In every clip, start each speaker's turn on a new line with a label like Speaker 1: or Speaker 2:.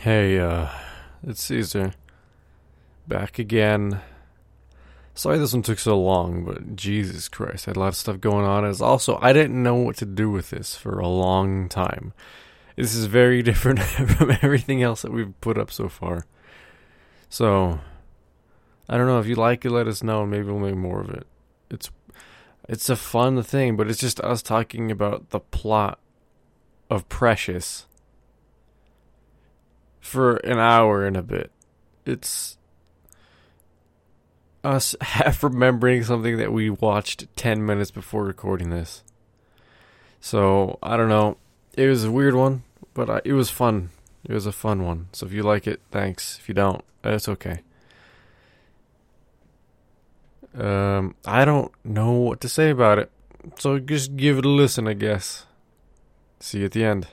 Speaker 1: Hey, uh, it's Caesar. Back again. Sorry this one took so long, but Jesus Christ, I had a lot of stuff going on. As also, I didn't know what to do with this for a long time. This is very different from everything else that we've put up so far. So, I don't know if you like it. Let us know, and maybe we'll make more of it. It's it's a fun thing, but it's just us talking about the plot of Precious for an hour and a bit. It's us half remembering something that we watched 10 minutes before recording this. So, I don't know. It was a weird one, but I, it was fun. It was a fun one. So, if you like it, thanks. If you don't, that's okay. Um, I don't know what to say about it. So, just give it a listen, I guess. See you at the end.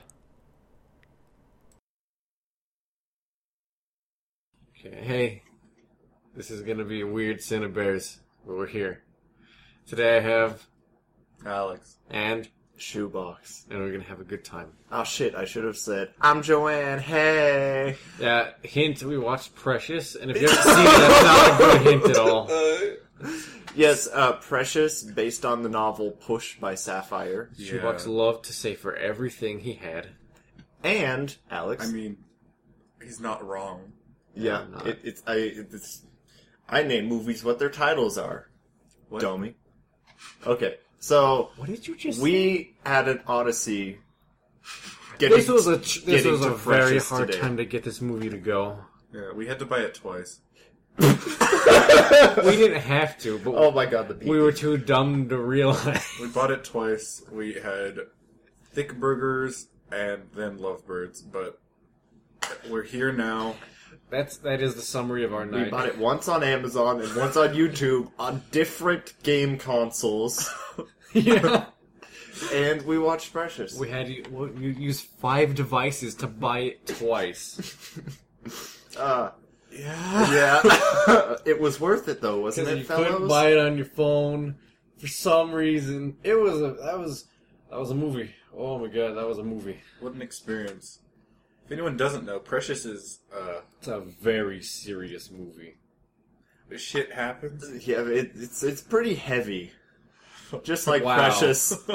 Speaker 1: Okay, hey, this is gonna be a weird sin of bears, but we're here. Today I have
Speaker 2: Alex.
Speaker 1: and
Speaker 2: Shoebox.
Speaker 1: and we're gonna have a good time.
Speaker 2: Oh shit, I should have said, I'm Joanne, hey!
Speaker 1: Yeah, Uh, hint: we watched Precious, and if you haven't seen it, that's not a good hint at all.
Speaker 2: Yes, uh, Precious, based on the novel Push by Sapphire.
Speaker 1: Shoebox loved to say for everything he had.
Speaker 2: And, Alex.
Speaker 3: I mean, he's not wrong.
Speaker 2: yeah,
Speaker 1: I'm not.
Speaker 2: it, it's, I, it's, I name movies what their titles are.
Speaker 1: What?
Speaker 2: Dummy. Okay, so,
Speaker 1: What did you just?
Speaker 2: we had an odyssey getting,
Speaker 1: This was a ch- this
Speaker 2: getting
Speaker 1: was
Speaker 2: to
Speaker 1: a very
Speaker 2: Precious
Speaker 1: hard
Speaker 2: today.
Speaker 1: time to get this movie to go.
Speaker 3: Yeah, we had to buy it twice.
Speaker 1: We didn't have to, but
Speaker 2: Oh my god, the beat.
Speaker 1: we were too dumb to realize.
Speaker 3: We bought it twice. We had thick burgers and then lovebirds, but we're here now.
Speaker 1: That's that is the summary of our night.
Speaker 2: We bought it once on Amazon and once on YouTube on different game consoles,
Speaker 1: yeah.
Speaker 2: and we watched Precious.
Speaker 1: We had you, well, you use five devices to buy it twice.
Speaker 2: uh,
Speaker 3: Yeah.
Speaker 2: yeah, it was worth it though, wasn't
Speaker 1: Because
Speaker 2: it,
Speaker 1: you couldn't
Speaker 2: fellows?
Speaker 1: buy it on your phone for some reason. It was a that was that was a movie. Oh my god, that was a movie.
Speaker 3: What an experience. If anyone doesn't know, Precious is, uh,
Speaker 1: It's a very serious movie.
Speaker 3: shit happens.
Speaker 2: yeah, it, it's it's pretty heavy, just like
Speaker 1: Wow.
Speaker 2: Precious.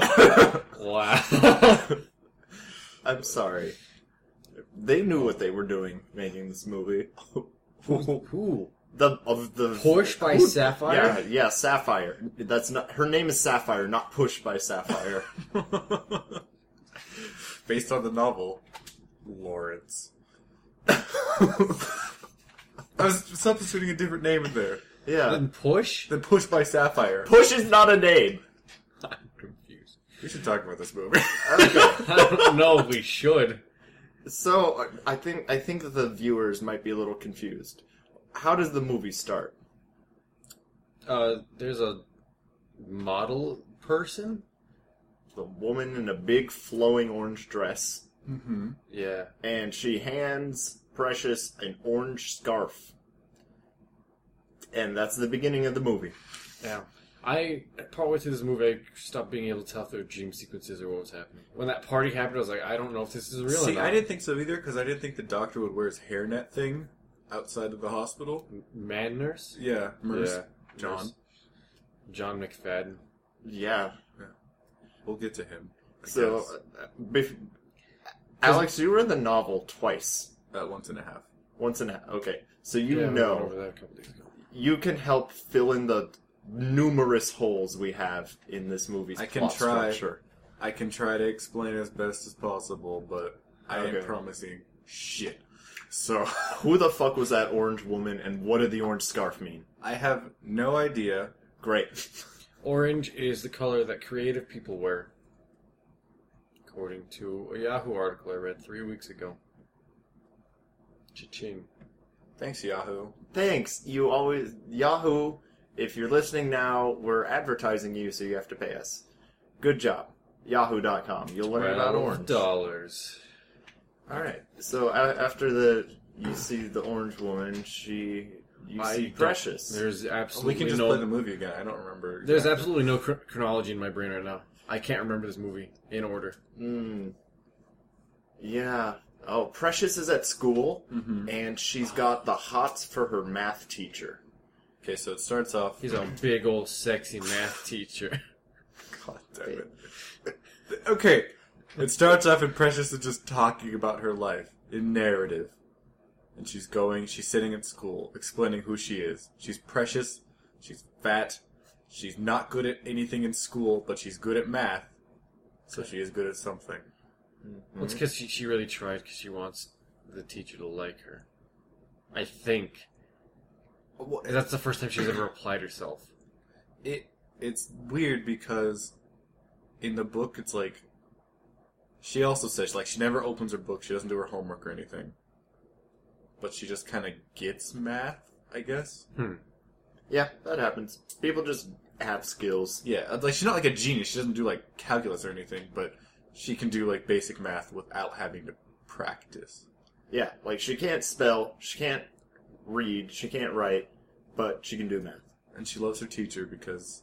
Speaker 1: Wow.
Speaker 2: I'm sorry. They knew what they were doing making this movie.
Speaker 1: Ooh.
Speaker 2: the of the
Speaker 1: Porsche by
Speaker 2: Who- Yeah,
Speaker 1: Sapphire.
Speaker 2: yeah, Sapphire. That's not her name is Sapphire, not Push by Sapphire.
Speaker 3: Based on the novel, Lawrence. I was substituting a different name in there.
Speaker 2: yeah,
Speaker 1: And push.
Speaker 3: Then Push by Sapphire.
Speaker 2: Push is not a name.
Speaker 1: I'm confused.
Speaker 3: We should talk about this movie.
Speaker 1: I don't know if we should.
Speaker 2: So uh, I think I think that the viewers might be a little confused. How does the movie start?
Speaker 1: Uh, there's a model person.
Speaker 2: The woman in a big flowing orange dress,
Speaker 3: mm-hmm.
Speaker 1: Yeah.
Speaker 2: and she hands Precious an orange scarf, and that's the beginning of the movie.
Speaker 1: Yeah. I partway through this movie, I stopped being able to tell if there were dream sequences or what was happening. When that party happened, I was like, I don't know if this is real. or
Speaker 3: See,
Speaker 1: not.
Speaker 3: I didn't think so either because I didn't think the doctor would wear his hairnet thing outside of the hospital.
Speaker 1: Mad Nurse,
Speaker 3: Yeah, Merce,
Speaker 1: Yeah,
Speaker 3: John.
Speaker 1: Merce. John McFadden.
Speaker 2: Yeah.
Speaker 3: We'll get to him. I
Speaker 2: So,
Speaker 3: guess.
Speaker 2: uh, bef- Alex, you read the novel twice,
Speaker 3: about once and a half.
Speaker 2: once and a half. Okay, so you
Speaker 1: Yeah, we went
Speaker 2: know
Speaker 1: over that a couple days ago.
Speaker 2: you can help fill in the numerous holes we have in this movie's
Speaker 3: I can
Speaker 2: plot
Speaker 3: try.
Speaker 2: structure.
Speaker 3: I can try to explain as best as possible, but I am
Speaker 2: Okay.
Speaker 3: promising shit. So
Speaker 2: Who the fuck was that orange woman and what did the orange scarf mean?
Speaker 3: I have no idea.
Speaker 2: Great.
Speaker 1: Orange is the color that creative people wear, according to a Yahoo article I read three weeks ago. Cha-ching.
Speaker 3: Thanks, Yahoo.
Speaker 2: Thanks. You always Yahoo, if you're listening now, we're advertising you so you have to pay us. Good job. Yahoo.com. You'll learn about
Speaker 1: Twelve
Speaker 2: orange.
Speaker 1: dollars.
Speaker 2: All right. So a- after the you see the orange woman, she you
Speaker 1: I
Speaker 2: see
Speaker 1: don't-
Speaker 2: precious.
Speaker 1: There's absolutely
Speaker 3: we can just
Speaker 1: no
Speaker 3: play the movie again. I don't remember.
Speaker 1: There's
Speaker 3: exactly.
Speaker 1: absolutely no cr- chronology in my brain right now. I can't remember this movie in order.
Speaker 2: Mm. Hmm. Yeah. Oh, Precious is at school,
Speaker 3: Mm-hmm.
Speaker 2: and she's got the hots for her math teacher.
Speaker 3: Okay, so it starts off.
Speaker 1: He's a big old sexy math teacher.
Speaker 3: God damn it. okay, it starts off and Precious is just talking about her life in narrative. And she's going, she's sitting at school, explaining who she is. She's precious, she's fat, she's not good at anything in school, but she's good at math. So she is good at something.
Speaker 1: Well, it's because she, she really tried because she wants the teacher to like her. I think.
Speaker 3: Well,
Speaker 1: That's the first time she's ever applied herself.
Speaker 3: it it's weird because in the book it's like she also says like she never opens her book she doesn't do her homework or anything but she just kind of gets math i guess
Speaker 1: Hmm.
Speaker 2: Yeah, that happens. People just have skills.
Speaker 3: yeah uh, like she's not like a genius she doesn't do like calculus or anything but she can do like basic math without having to practice
Speaker 2: Yeah, like she can't spell, she can't read, she can't write, but she can do math.
Speaker 3: and she loves her teacher because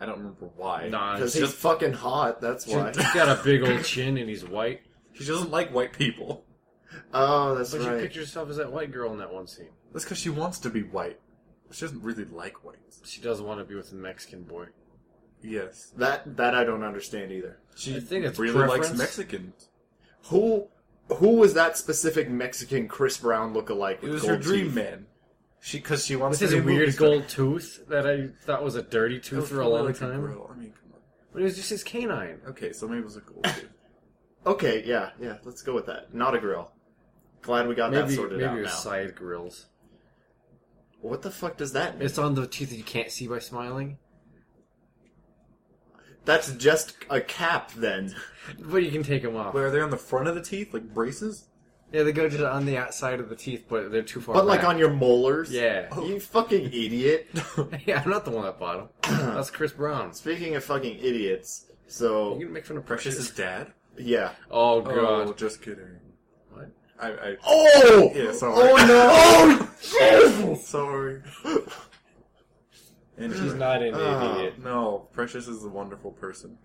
Speaker 3: i don't remember why
Speaker 1: Nah,
Speaker 2: Because
Speaker 1: she,
Speaker 2: he's fucking hot, that's why.
Speaker 1: has got a big old chin and he's white.
Speaker 3: she doesn't like white people
Speaker 2: oh, that's
Speaker 1: But she
Speaker 2: right.
Speaker 1: pictures herself as that white girl in that one scene.
Speaker 3: that's because she wants to be white she doesn't really like whites
Speaker 1: She does want to be with a Mexican boy.
Speaker 3: yes
Speaker 2: That that I don't understand either.
Speaker 3: she
Speaker 1: I think it's
Speaker 3: really likes
Speaker 1: preference.
Speaker 3: mexicans
Speaker 2: Who who was that specific Mexican Chris Brown lookalike?
Speaker 3: It
Speaker 2: with
Speaker 3: was
Speaker 2: gold
Speaker 3: her dream
Speaker 2: teeth?
Speaker 3: man. She because she wants
Speaker 1: This is
Speaker 3: to
Speaker 1: a
Speaker 3: be movie
Speaker 1: weird
Speaker 3: star.
Speaker 1: gold tooth that I thought was a dirty
Speaker 3: It
Speaker 1: tooth
Speaker 3: was
Speaker 1: for a
Speaker 3: probably
Speaker 1: long
Speaker 3: like
Speaker 1: time.
Speaker 3: grill. I mean, come on.
Speaker 1: But it was just his canine.
Speaker 3: Okay, so maybe it was a gold. tooth.
Speaker 2: Okay, yeah, yeah. Let's go with that. Not a grill. Glad we got that
Speaker 1: Maybe
Speaker 2: sorted
Speaker 1: maybe
Speaker 2: out
Speaker 1: it
Speaker 2: now.
Speaker 1: was side grills.
Speaker 2: What the fuck does that mean?
Speaker 1: It's on the teeth that you can't see by smiling.
Speaker 2: That's just a cap, then.
Speaker 1: But you can take them off.
Speaker 3: Wait, are they on the front of the teeth like braces?
Speaker 1: Yeah, they go just on the outside of the teeth, but they're too far.
Speaker 2: But like
Speaker 1: back.
Speaker 2: on your molars.
Speaker 1: Yeah.
Speaker 2: You fucking idiot.
Speaker 1: yeah, I'm not the one that bought him. That's Chris Brown.
Speaker 2: Speaking of fucking idiots,
Speaker 1: You
Speaker 2: so
Speaker 1: can make fun of Precious.
Speaker 3: Precious's dad.
Speaker 2: yeah.
Speaker 1: Oh
Speaker 3: Oh,
Speaker 1: god.
Speaker 3: just kidding.
Speaker 1: What?
Speaker 3: I, I
Speaker 2: Oh.
Speaker 3: Yeah, sorry.
Speaker 2: Oh no.
Speaker 3: sorry.
Speaker 2: oh.
Speaker 3: And
Speaker 1: She's not an
Speaker 2: Uh,
Speaker 1: idiot.
Speaker 3: Ah, No, Precious is a wonderful person.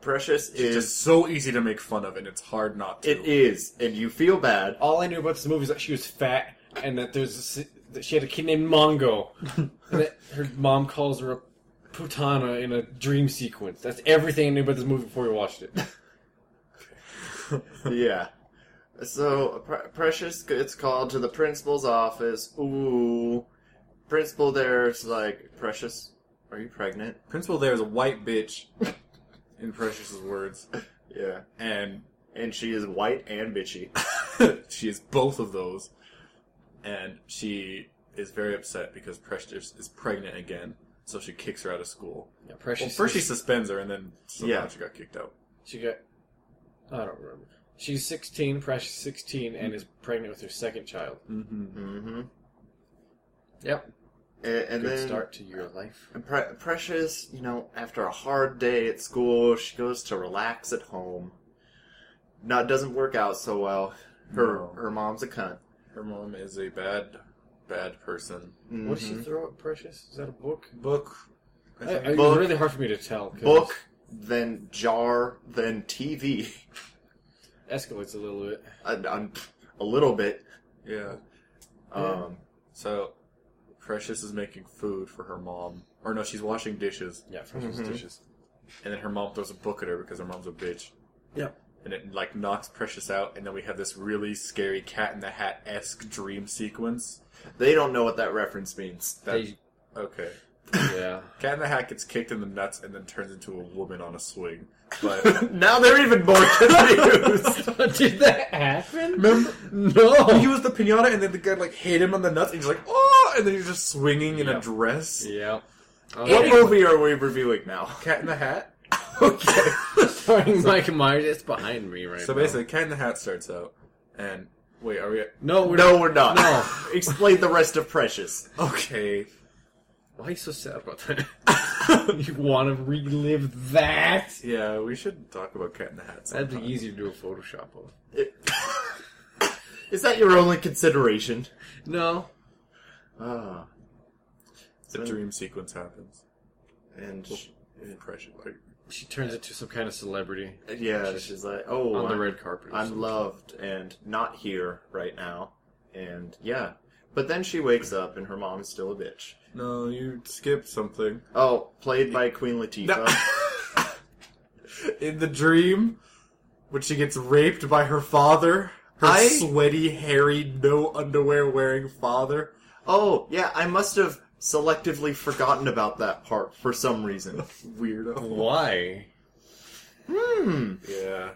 Speaker 2: Precious
Speaker 3: It's
Speaker 2: is.
Speaker 3: just so easy to make fun of, and it's hard not to.
Speaker 2: It is, and you feel bad.
Speaker 1: All I knew about this movie is that she was fat and that there's a, that she had a kid named Mongo, and that her mom calls her a putana in a dream sequence. That's everything I knew about this movie before we watched it.
Speaker 2: yeah. So Pre- Precious gets called to the principal's office. Ooh. Principal there's like, Precious, are you pregnant?
Speaker 3: Principal there is a white bitch, in Precious's words,
Speaker 2: Yeah.
Speaker 3: and
Speaker 2: And she is white and bitchy.
Speaker 3: she is both of those, and she is very upset because Precious is pregnant again, so she kicks her out of school.
Speaker 1: Yeah,
Speaker 3: Well,
Speaker 1: Precious.
Speaker 3: first she suspends her, and then somehow
Speaker 2: Yeah.
Speaker 3: she got kicked out.
Speaker 1: she got. I don't remember. She's 16, Precious 16, and is pregnant with her second child.
Speaker 3: Mm-hmm.
Speaker 2: Mm-hmm.
Speaker 1: Yep.
Speaker 2: And, and
Speaker 1: Good
Speaker 2: then
Speaker 1: start to your life.
Speaker 2: Pre- Precious, you know, after a hard day at school, she goes to relax at home. Now it doesn't work out so well. Her
Speaker 3: No.
Speaker 2: her mom's a cunt.
Speaker 3: Her mom is a bad, bad person.
Speaker 1: What did she
Speaker 2: Mhm.
Speaker 1: throw at Precious? Is that a book?
Speaker 3: Book. I
Speaker 1: I,
Speaker 3: think.
Speaker 1: I, it was
Speaker 2: Book.
Speaker 1: really hard for me to tell. 'cause
Speaker 2: Book, then jar, then TV.
Speaker 1: it escalates a little bit.
Speaker 2: I, I'm a little bit.
Speaker 3: yeah.
Speaker 2: Um,
Speaker 3: So, Precious is making food for her mom, or no, she's washing dishes,
Speaker 1: Yeah, Precious
Speaker 2: Mhm.
Speaker 1: dishes.
Speaker 3: and then her mom throws a book at her because her mom's a bitch.
Speaker 1: Yeah.
Speaker 3: And it like knocks Precious out, and then we have this really scary Cat in the Hat esque dream sequence.
Speaker 2: they don't know what that reference means.
Speaker 3: That
Speaker 1: They,
Speaker 3: okay.
Speaker 1: yeah.
Speaker 3: Cat in the Hat gets kicked in the nuts and then turns into a woman on a swing. But
Speaker 2: now they're even more confused.
Speaker 1: Did that happen?
Speaker 3: remember, he
Speaker 1: No.
Speaker 3: was the pinata, and then the guy like hit him on the nuts, and he's like, "Oh!" And then he's just swinging in
Speaker 1: Yeah.
Speaker 3: a dress.
Speaker 1: Yeah.
Speaker 2: what movie are we reviewing now?
Speaker 3: Cat in the Hat.
Speaker 2: okay.
Speaker 1: Starring Mike Myers. It's behind me right
Speaker 3: So
Speaker 1: now.
Speaker 3: basically, Cat in the Hat starts out, and wait, are we? At,
Speaker 1: no, we're
Speaker 2: No,
Speaker 1: not.
Speaker 2: we're not.
Speaker 1: No.
Speaker 2: Explain the rest of Precious.
Speaker 3: okay,
Speaker 1: Why are you so sad about that? you want to relive that?
Speaker 3: yeah, we should talk about Cat in the Hat.
Speaker 1: That'd be
Speaker 3: sometime.
Speaker 1: easier to do a Photoshop of.
Speaker 2: Is that your only consideration?
Speaker 1: No.
Speaker 2: Ah,
Speaker 3: The dream sequence happens.
Speaker 2: and sh-
Speaker 3: Precious, like,
Speaker 1: She turns into some kind of celebrity
Speaker 2: Yeah, she's like, oh,
Speaker 1: on the
Speaker 2: I'm-
Speaker 1: red carpet. or
Speaker 2: I'm
Speaker 1: something.
Speaker 2: loved and not here right now. And yeah. But then she wakes up and her mom's still a bitch.
Speaker 3: No, you skipped something.
Speaker 2: Oh, played by Queen
Speaker 3: No.
Speaker 2: Latifah.
Speaker 3: In the dream, when she gets raped by her father, her
Speaker 2: I-
Speaker 3: sweaty, hairy, no underwear wearing father.
Speaker 2: Oh, yeah, I must have selectively forgotten about that part for some reason.
Speaker 3: Weirdo.
Speaker 1: Why?
Speaker 2: Hmm.
Speaker 3: Yeah.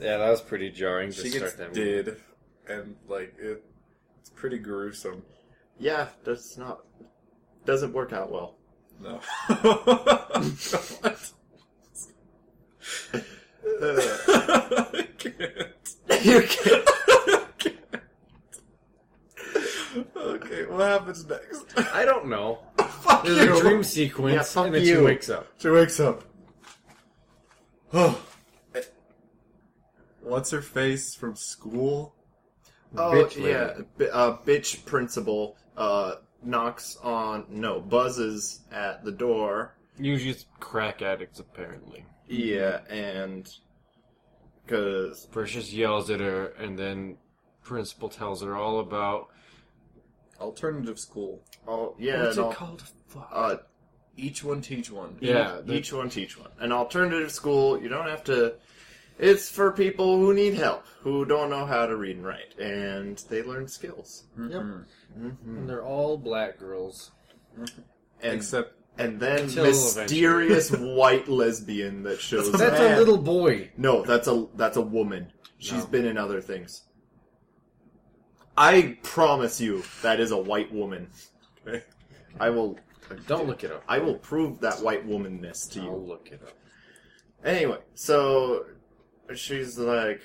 Speaker 1: Yeah, that was pretty jarring to
Speaker 3: She gets
Speaker 1: start that movie.
Speaker 3: did, and like it, it's pretty gruesome.
Speaker 2: Yeah, that's not. Doesn't work out well.
Speaker 3: No.
Speaker 2: Uh,
Speaker 3: I can't.
Speaker 2: you can't.
Speaker 3: Okay, what happens next?
Speaker 1: I don't know.
Speaker 3: Fuck
Speaker 1: There's a dream sequence,
Speaker 2: Yeah, fuck
Speaker 1: and then she
Speaker 2: you.
Speaker 1: wakes up.
Speaker 3: She wakes up. What's her face from school?
Speaker 2: Oh,
Speaker 1: Bitch
Speaker 2: yeah.
Speaker 1: lady.
Speaker 2: B- uh, bitch principal uh, knocks on. No, buzzes at the door.
Speaker 1: Usually, it's crack addicts, apparently.
Speaker 2: Yeah, and. Because.
Speaker 1: Precious yells at her, and then principal tells her all about
Speaker 3: Alternative school.
Speaker 2: Oh, yeah.
Speaker 1: what's
Speaker 2: and all-
Speaker 1: it called? Fuck.
Speaker 2: Uh,
Speaker 3: Each one teach one.
Speaker 1: yeah, the-
Speaker 2: each one teach one. An alternative school, you don't have to. It's for people who need help, who don't know how to read and write, and they learn skills.
Speaker 3: Mhm.
Speaker 1: and they're all black girls.
Speaker 2: And,
Speaker 3: Except
Speaker 2: and then
Speaker 1: Until
Speaker 2: mysterious white lesbian that shows.
Speaker 3: That's a Man.
Speaker 1: little boy.
Speaker 2: no, that's a that's a woman. She's
Speaker 1: No.
Speaker 2: been in other things. I promise you, that is a white woman.
Speaker 3: Okay.
Speaker 2: I will.
Speaker 1: Don't look it up.
Speaker 2: I will prove that white womanness to you.
Speaker 1: I'll look it up.
Speaker 2: Anyway, so she's like,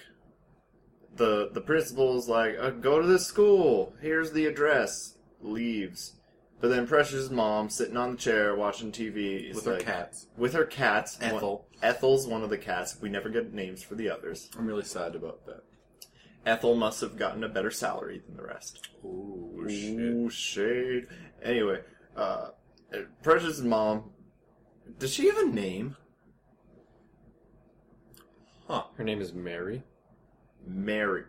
Speaker 2: the the principal's like, uh, go to this school. Here's the address. Leaves. But then Precious' mom, sitting on the chair watching TV, is
Speaker 3: with
Speaker 2: like,
Speaker 3: her cats.
Speaker 2: with her cats. one-
Speaker 3: Ethel.
Speaker 2: Ethel's one of the cats. We never get names for the others.
Speaker 3: I'm really sad about that.
Speaker 2: Ethel must have gotten a better salary than the rest.
Speaker 3: Ooh,
Speaker 2: Ooh, shade. Anyway, uh, Precious' mom. Does she have a name?
Speaker 1: Her name is Mary.
Speaker 2: Mary.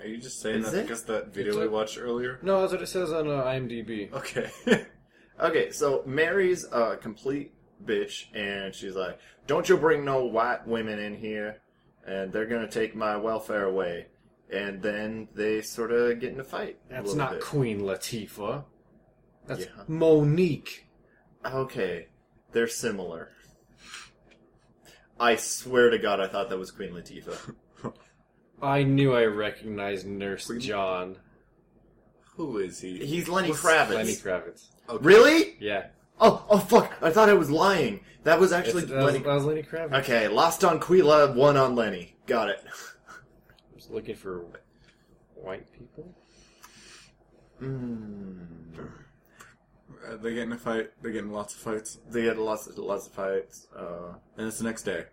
Speaker 3: Are you just saying
Speaker 2: Is
Speaker 3: that
Speaker 2: it?
Speaker 3: because that video
Speaker 1: It's
Speaker 3: we
Speaker 1: a-
Speaker 3: watched earlier?
Speaker 1: No, that's what it says on uh, IMDb.
Speaker 3: Okay.
Speaker 2: Okay, so Mary's a complete bitch, and she's like, "Don't you bring no white women in here, and they're gonna take my welfare away." And then they sort of get in a fight. a
Speaker 1: That's
Speaker 2: little
Speaker 1: not
Speaker 2: bit.
Speaker 1: Queen Latifah. That's
Speaker 2: Yeah.
Speaker 1: Monique.
Speaker 2: Okay, they're similar. I swear to God, I thought that was Queen Latifah.
Speaker 1: I knew I recognized Nurse John.
Speaker 3: Who is he?
Speaker 2: He's Lenny
Speaker 3: What's
Speaker 2: Kravitz.
Speaker 1: Lenny Kravitz.
Speaker 3: Okay.
Speaker 2: Really?
Speaker 1: Yeah.
Speaker 2: Oh, oh fuck! I thought I was lying. That was actually
Speaker 1: It's- uh, that, was,
Speaker 2: Lenny.
Speaker 1: that was Lenny Kravitz.
Speaker 2: Okay, lost on Quila, one on Lenny. Got it.
Speaker 1: I was looking for white people.
Speaker 2: Mm.
Speaker 3: Uh, they get in a fight. They get in lots of fights,
Speaker 2: They had lots of lots of fights. Uh,
Speaker 3: and it's the next day.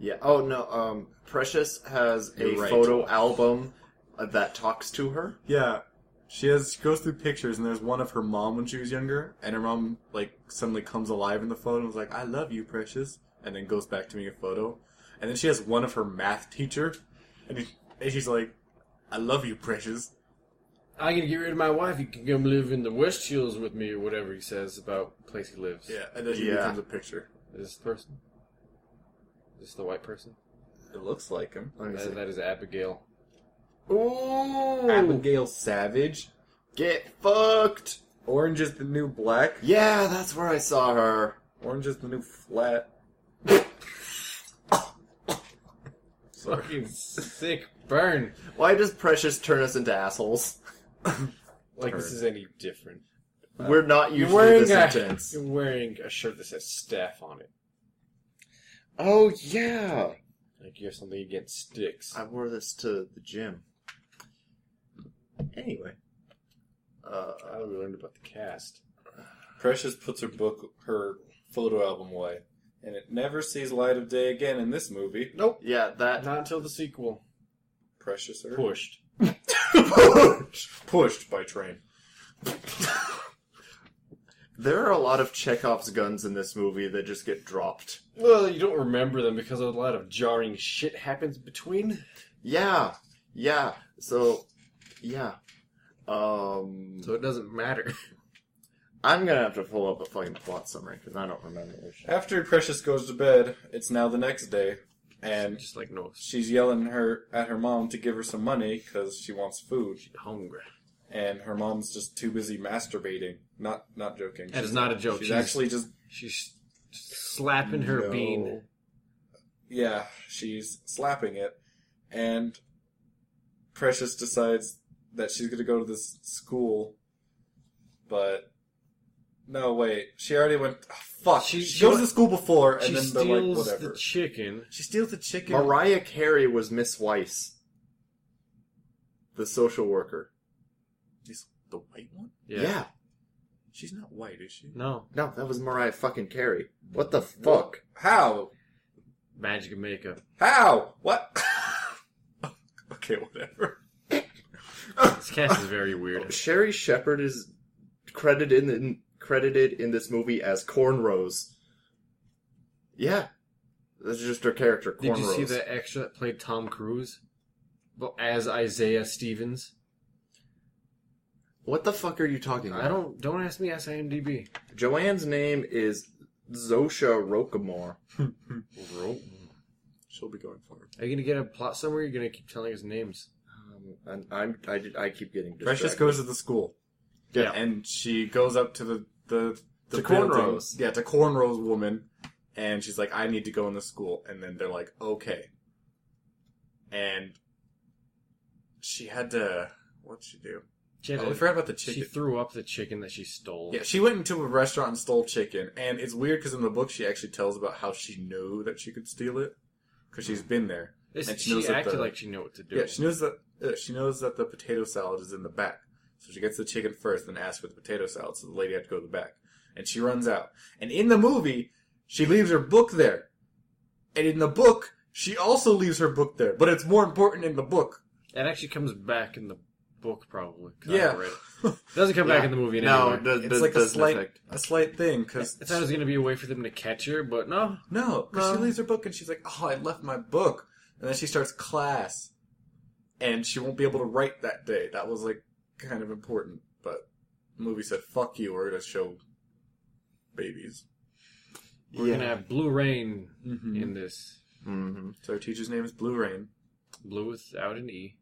Speaker 2: yeah. Oh no. Um, Precious has a
Speaker 3: You're right.
Speaker 2: photo album uh, that talks to her.
Speaker 3: Yeah. She has she goes through pictures and there's one of her mom when she was younger, and her mom like suddenly comes alive in the photo and was like, I love you, precious and then goes back to me a photo. And then she has one of her math teacher and, he, and she's like, I love you, precious.
Speaker 1: I'm gonna get rid of my wife. You can come live in the West Hills with me, or whatever he says about place he lives.
Speaker 3: Yeah, and then she
Speaker 2: Yeah.
Speaker 3: becomes a picture.
Speaker 1: Is this the person? Is this the white person?
Speaker 3: It looks like him.
Speaker 2: Let me
Speaker 1: Uh, That,
Speaker 2: see.
Speaker 1: that is Abigail.
Speaker 2: Ooh,
Speaker 3: Abigail Savage.
Speaker 2: get fucked.
Speaker 3: Orange is the new black.
Speaker 2: Yeah, that's where I saw her.
Speaker 3: Orange is the new flat.
Speaker 1: Fucking sick burn.
Speaker 2: Why does Precious turn us into assholes?
Speaker 1: Like this is any different.
Speaker 2: We're not
Speaker 1: Uh, You're
Speaker 2: usually
Speaker 1: wearing
Speaker 2: this
Speaker 1: a
Speaker 2: intense.
Speaker 1: you're wearing a shirt that says staff on it.
Speaker 2: Oh yeah,
Speaker 1: Like you have something against sticks.
Speaker 2: I wore this to the gym. Anyway, uh,
Speaker 1: How we learned about the cast.
Speaker 3: Precious puts her book her photo album away. And it never sees light of day again in this movie.
Speaker 1: Nope.
Speaker 2: yeah, that
Speaker 1: Not until the sequel.
Speaker 3: Precious or
Speaker 1: Pushed.
Speaker 3: pushed by train.
Speaker 2: There are a lot of Chekhov's guns in this movie that just get dropped.
Speaker 1: Well, you don't remember them because a lot of jarring shit happens between.
Speaker 2: Yeah, yeah. So, yeah. Um,
Speaker 1: So it doesn't matter.
Speaker 2: I'm gonna have to pull up a fucking plot summary because I don't remember this shit.
Speaker 3: After Precious goes to bed, it's now the next day, and
Speaker 1: Just like no
Speaker 3: she's yelling her at her mom to give her some money because she wants food,
Speaker 1: hungry.
Speaker 3: and her mom's just too busy masturbating. Not not joking.
Speaker 1: That is not a joke.
Speaker 3: She's actually just
Speaker 1: she's slapping her
Speaker 3: No.
Speaker 1: bean.
Speaker 3: Yeah, she's slapping it, and Precious decides that she's gonna go to this school, but no, wait, she already went. ah, fuck,
Speaker 1: She-
Speaker 3: she,
Speaker 1: she
Speaker 3: goes
Speaker 1: went-
Speaker 3: to school before, and
Speaker 1: she
Speaker 3: then they're like,
Speaker 1: steals
Speaker 3: whatever.
Speaker 1: the chicken.
Speaker 3: she steals the chicken.
Speaker 2: Mariah Carey was Miss Weiss, the social worker.
Speaker 3: She's the white one?
Speaker 2: Yeah.
Speaker 3: She's not white, is she?
Speaker 1: No
Speaker 2: No, that was Mariah fucking Carey. What the fuck?
Speaker 3: How?
Speaker 1: magic of makeup.
Speaker 3: How? What? okay, whatever.
Speaker 1: This cast is very weird.
Speaker 2: Sherry Shepard is credited in, in credited in this movie as Cornrows. Yeah, that's just her character. Cornrows.
Speaker 1: Did you see that extra that played Tom Cruise, but as Isaiah Stevens?
Speaker 2: What the fuck are you talking about?
Speaker 1: I don't. Don't ask me. Ask IMDb.
Speaker 2: Joanne's name is Zosha Rokamore.
Speaker 3: She'll be going for it.
Speaker 1: Are you gonna get a plot summary? You're gonna keep telling us names.
Speaker 2: Um, and I'm I, did, I keep getting distracted.
Speaker 3: Precious goes to the school.
Speaker 1: Yeah.
Speaker 3: And she goes up to the the, the
Speaker 2: To
Speaker 3: building-
Speaker 2: cornrows.
Speaker 3: Yeah, to cornrows woman, and she's like, "I need to go in the school." And then they're like, "Okay." And she had to. What'd she do?
Speaker 1: She, had
Speaker 3: Oh, we
Speaker 1: a-
Speaker 3: forgot about the
Speaker 1: she
Speaker 3: chicken.
Speaker 1: threw up the chicken that she stole.
Speaker 3: yeah, she went into a restaurant and stole chicken, and it's weird because in the book she actually tells about how she knew that she could steal it because she's been there.
Speaker 1: This-
Speaker 3: And
Speaker 1: Hmm.
Speaker 3: she
Speaker 1: she
Speaker 3: knows that
Speaker 1: acted
Speaker 3: the-
Speaker 1: like she knew what to do.
Speaker 3: Yeah, she knows that uh, she knows that the potato salad is in the back, so she gets the chicken first, then asks for the potato salad. So the lady had to go to the back, and she runs out. And in the movie, she leaves her book there, and in the book, she also leaves her book there. But it's more important in the book.
Speaker 1: It actually comes back in the book, probably. 'cause I
Speaker 3: Yeah.
Speaker 1: haven't read it. It doesn't come back
Speaker 2: Yeah.
Speaker 1: in the movie
Speaker 2: No,
Speaker 1: anymore.
Speaker 2: it does-
Speaker 3: It's
Speaker 2: does-
Speaker 3: like a
Speaker 2: doesn't
Speaker 3: slight,
Speaker 2: affect-
Speaker 3: a slight thing because
Speaker 1: I thought it was gonna be a way for them to catch her, but no.
Speaker 3: no, 'cause she
Speaker 1: No.
Speaker 3: leaves her book and she's like, "Oh, I left my book," and then she starts class, and she won't be able to write that day. That was like kind of important, but the movie said, "Fuck you," we're gonna show babies.
Speaker 1: We're gonna have blue rain
Speaker 3: Mm-hmm.
Speaker 1: in this.
Speaker 2: hmm
Speaker 3: So our teacher's name is Blue Rain.
Speaker 1: Blue without an e.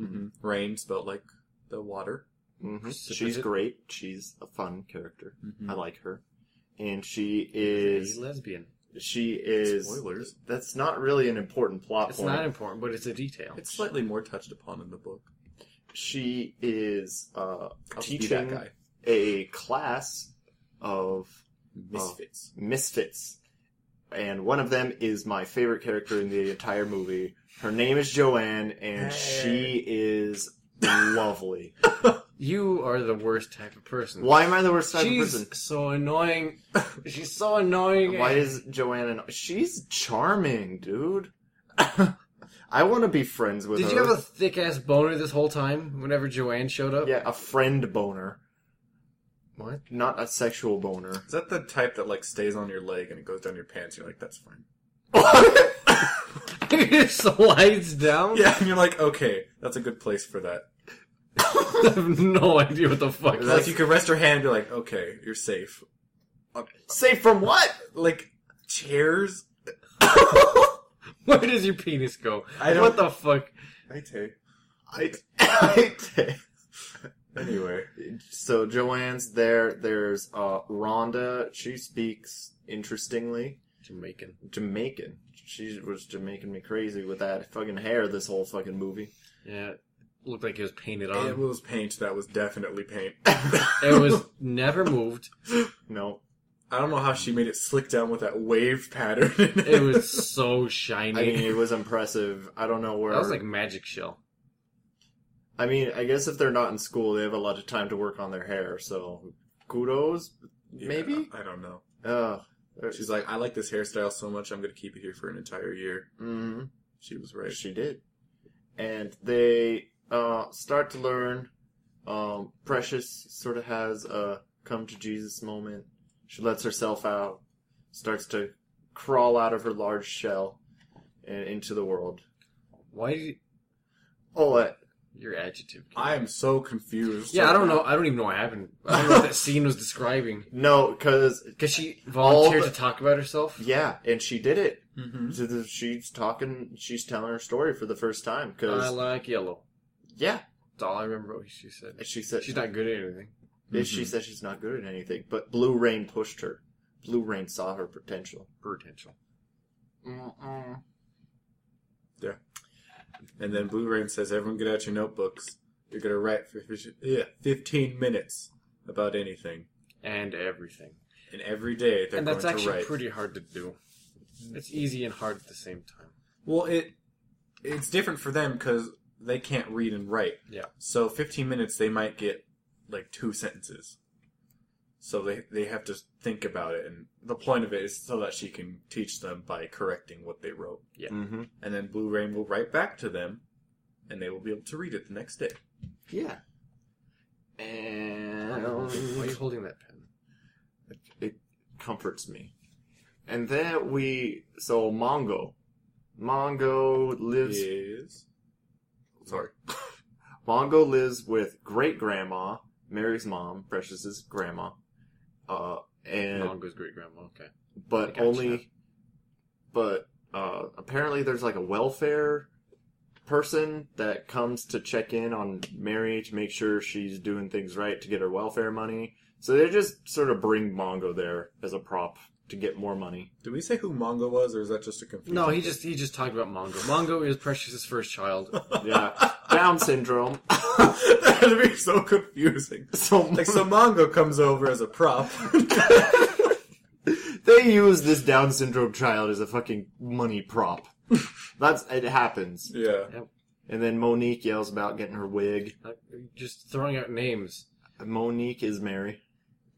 Speaker 3: Mm-hmm. Rain spelled like the water.
Speaker 2: hmm
Speaker 1: Sip
Speaker 2: She's
Speaker 1: it.
Speaker 2: great. She's a fun character.
Speaker 3: Mm-hmm.
Speaker 1: Mm.
Speaker 2: I like her, and she is
Speaker 1: a lesbian?
Speaker 2: she is.
Speaker 3: Spoilers.
Speaker 2: That's not really an important plot
Speaker 1: It's
Speaker 2: point.
Speaker 1: not important, but it's a detail.
Speaker 3: It's slightly more touched upon in the book.
Speaker 2: she is uh,
Speaker 3: I'll just be that
Speaker 2: teaching
Speaker 3: guy.
Speaker 2: a class of
Speaker 3: Misfits.
Speaker 2: misfits. And one of them is my favorite character in the entire movie. Her name is Joanne, and she is lovely.
Speaker 1: you are the worst type of person.
Speaker 2: Why am I the worst type of
Speaker 1: She's
Speaker 2: person?
Speaker 1: so annoying. She's so annoying.
Speaker 2: Why is Joanne? An... She's charming, dude. I want to be friends with
Speaker 1: Did
Speaker 2: her.
Speaker 1: you have a thick ass boner this whole time? Whenever Joanne showed up,
Speaker 2: yeah a friend boner,
Speaker 1: What?
Speaker 2: not a sexual boner?
Speaker 3: Is that the type that like stays on your leg and it goes down your pants? You're like, that's fine.
Speaker 1: it just slides down.
Speaker 3: Yeah, and you're like, okay, that's a good place for that.
Speaker 1: I have no idea what the fuck.
Speaker 3: It's
Speaker 1: That,
Speaker 3: like you can rest your hand and be like, okay, you're safe.
Speaker 2: Safe from what?
Speaker 3: Like chairs.
Speaker 1: where does your penis go?
Speaker 3: I don't-
Speaker 1: What the fuck?
Speaker 3: I take.
Speaker 2: I, I did.
Speaker 3: Anyway,
Speaker 2: So Joanne's there. There's uh, Rhonda. She speaks interestingly.
Speaker 1: Jamaican.
Speaker 2: Jamaican. She was Jamaican me crazy with that fucking hair this whole fucking movie.
Speaker 1: Yeah, looked like it was painted
Speaker 3: it
Speaker 1: on.
Speaker 3: was paint. That was definitely paint.
Speaker 1: It was never moved.
Speaker 2: No.
Speaker 3: I don't know how she made it slick down with that wave pattern. in
Speaker 1: It was so shiny.
Speaker 2: I mean, it was impressive. I don't know where.
Speaker 1: that was like magic shell.
Speaker 2: I mean, I guess if they're not in school, they have a lot of time to work on their hair, so kudos,
Speaker 3: Yeah,
Speaker 2: maybe?
Speaker 3: I don't know.
Speaker 2: Ugh.
Speaker 3: She's like, I like this hairstyle so much, I'm gonna keep it here for an entire year.
Speaker 2: hmm
Speaker 3: She was right.
Speaker 2: She did. And they uh, start to learn. Um, Precious sort of has a come to Jesus moment. She lets herself out, starts to crawl out of her large shell and into the world.
Speaker 1: Why did
Speaker 2: Oh, uh,
Speaker 1: your adjective?
Speaker 3: I am so confused.
Speaker 1: yeah, I don't know. I don't even know what happened. I don't know what that scene was describing.
Speaker 2: no, because
Speaker 1: Because she volunteered
Speaker 2: All the-
Speaker 1: to talk about herself.
Speaker 2: yeah, and she did it.
Speaker 3: Mm-hmm.
Speaker 2: So the- She's talking. She's telling her story for the first
Speaker 1: I
Speaker 2: time. Because
Speaker 1: like yellow.
Speaker 2: yeah,
Speaker 1: That's all I remember what she said.
Speaker 2: she said
Speaker 1: She's not good at anything.
Speaker 2: She
Speaker 3: Mm-hmm.
Speaker 2: said she's not good at anything. But Blue Rain pushed her. Blue Rain saw her potential.
Speaker 1: Potential.
Speaker 3: Mm-hmm. And then Blue Rain says, "Everyone, get out your notebooks. You're gonna write for fif- yeah, 15 minutes about anything,
Speaker 1: And everything.
Speaker 3: and every day they're
Speaker 1: and
Speaker 3: going
Speaker 1: that's
Speaker 3: to
Speaker 1: actually
Speaker 3: write."
Speaker 1: pretty hard to do. It's easy and hard at the same time.
Speaker 3: well, it it's different for them because they can't read and write.
Speaker 1: Yeah.
Speaker 3: So 15 minutes, they might get like two sentences. So they they have to think about it, and the point of it is so that she can teach them by correcting what they wrote,
Speaker 2: Mm-hmm.
Speaker 3: and then Blue Rain will write back to them, and they will be able to read it the next day.
Speaker 2: Yeah.
Speaker 1: Why are you
Speaker 2: And
Speaker 1: holding that pen?
Speaker 2: it comforts me. And then we so Mongo, Mongo lives.
Speaker 3: Is sorry.
Speaker 2: Mongo lives with great grandma, Mary's mom, Precious's grandma, uh, and
Speaker 1: Mongo's great grandma. Okay. I
Speaker 2: but
Speaker 1: gotcha.
Speaker 2: only but uh apparently there's like a welfare person that comes to check in on Mary to make sure she's doing things right to get her welfare money. So they just sort of bring Mongo there as a prop to get more money.
Speaker 3: Did we say who Mongo was, or is that just a confusion?
Speaker 1: No, he just he just talked about Mongo. Mongo is Precious's first child.
Speaker 2: Yeah. Down syndrome.
Speaker 3: That'd be so confusing.
Speaker 2: So
Speaker 3: Like, so Mongo comes over as a prop.
Speaker 2: they use this Down syndrome child as a fucking money prop. That's it happens.
Speaker 3: yeah.
Speaker 2: And then Monique yells about getting her wig.
Speaker 1: Uh, Just throwing out names.
Speaker 2: Monique is Mary.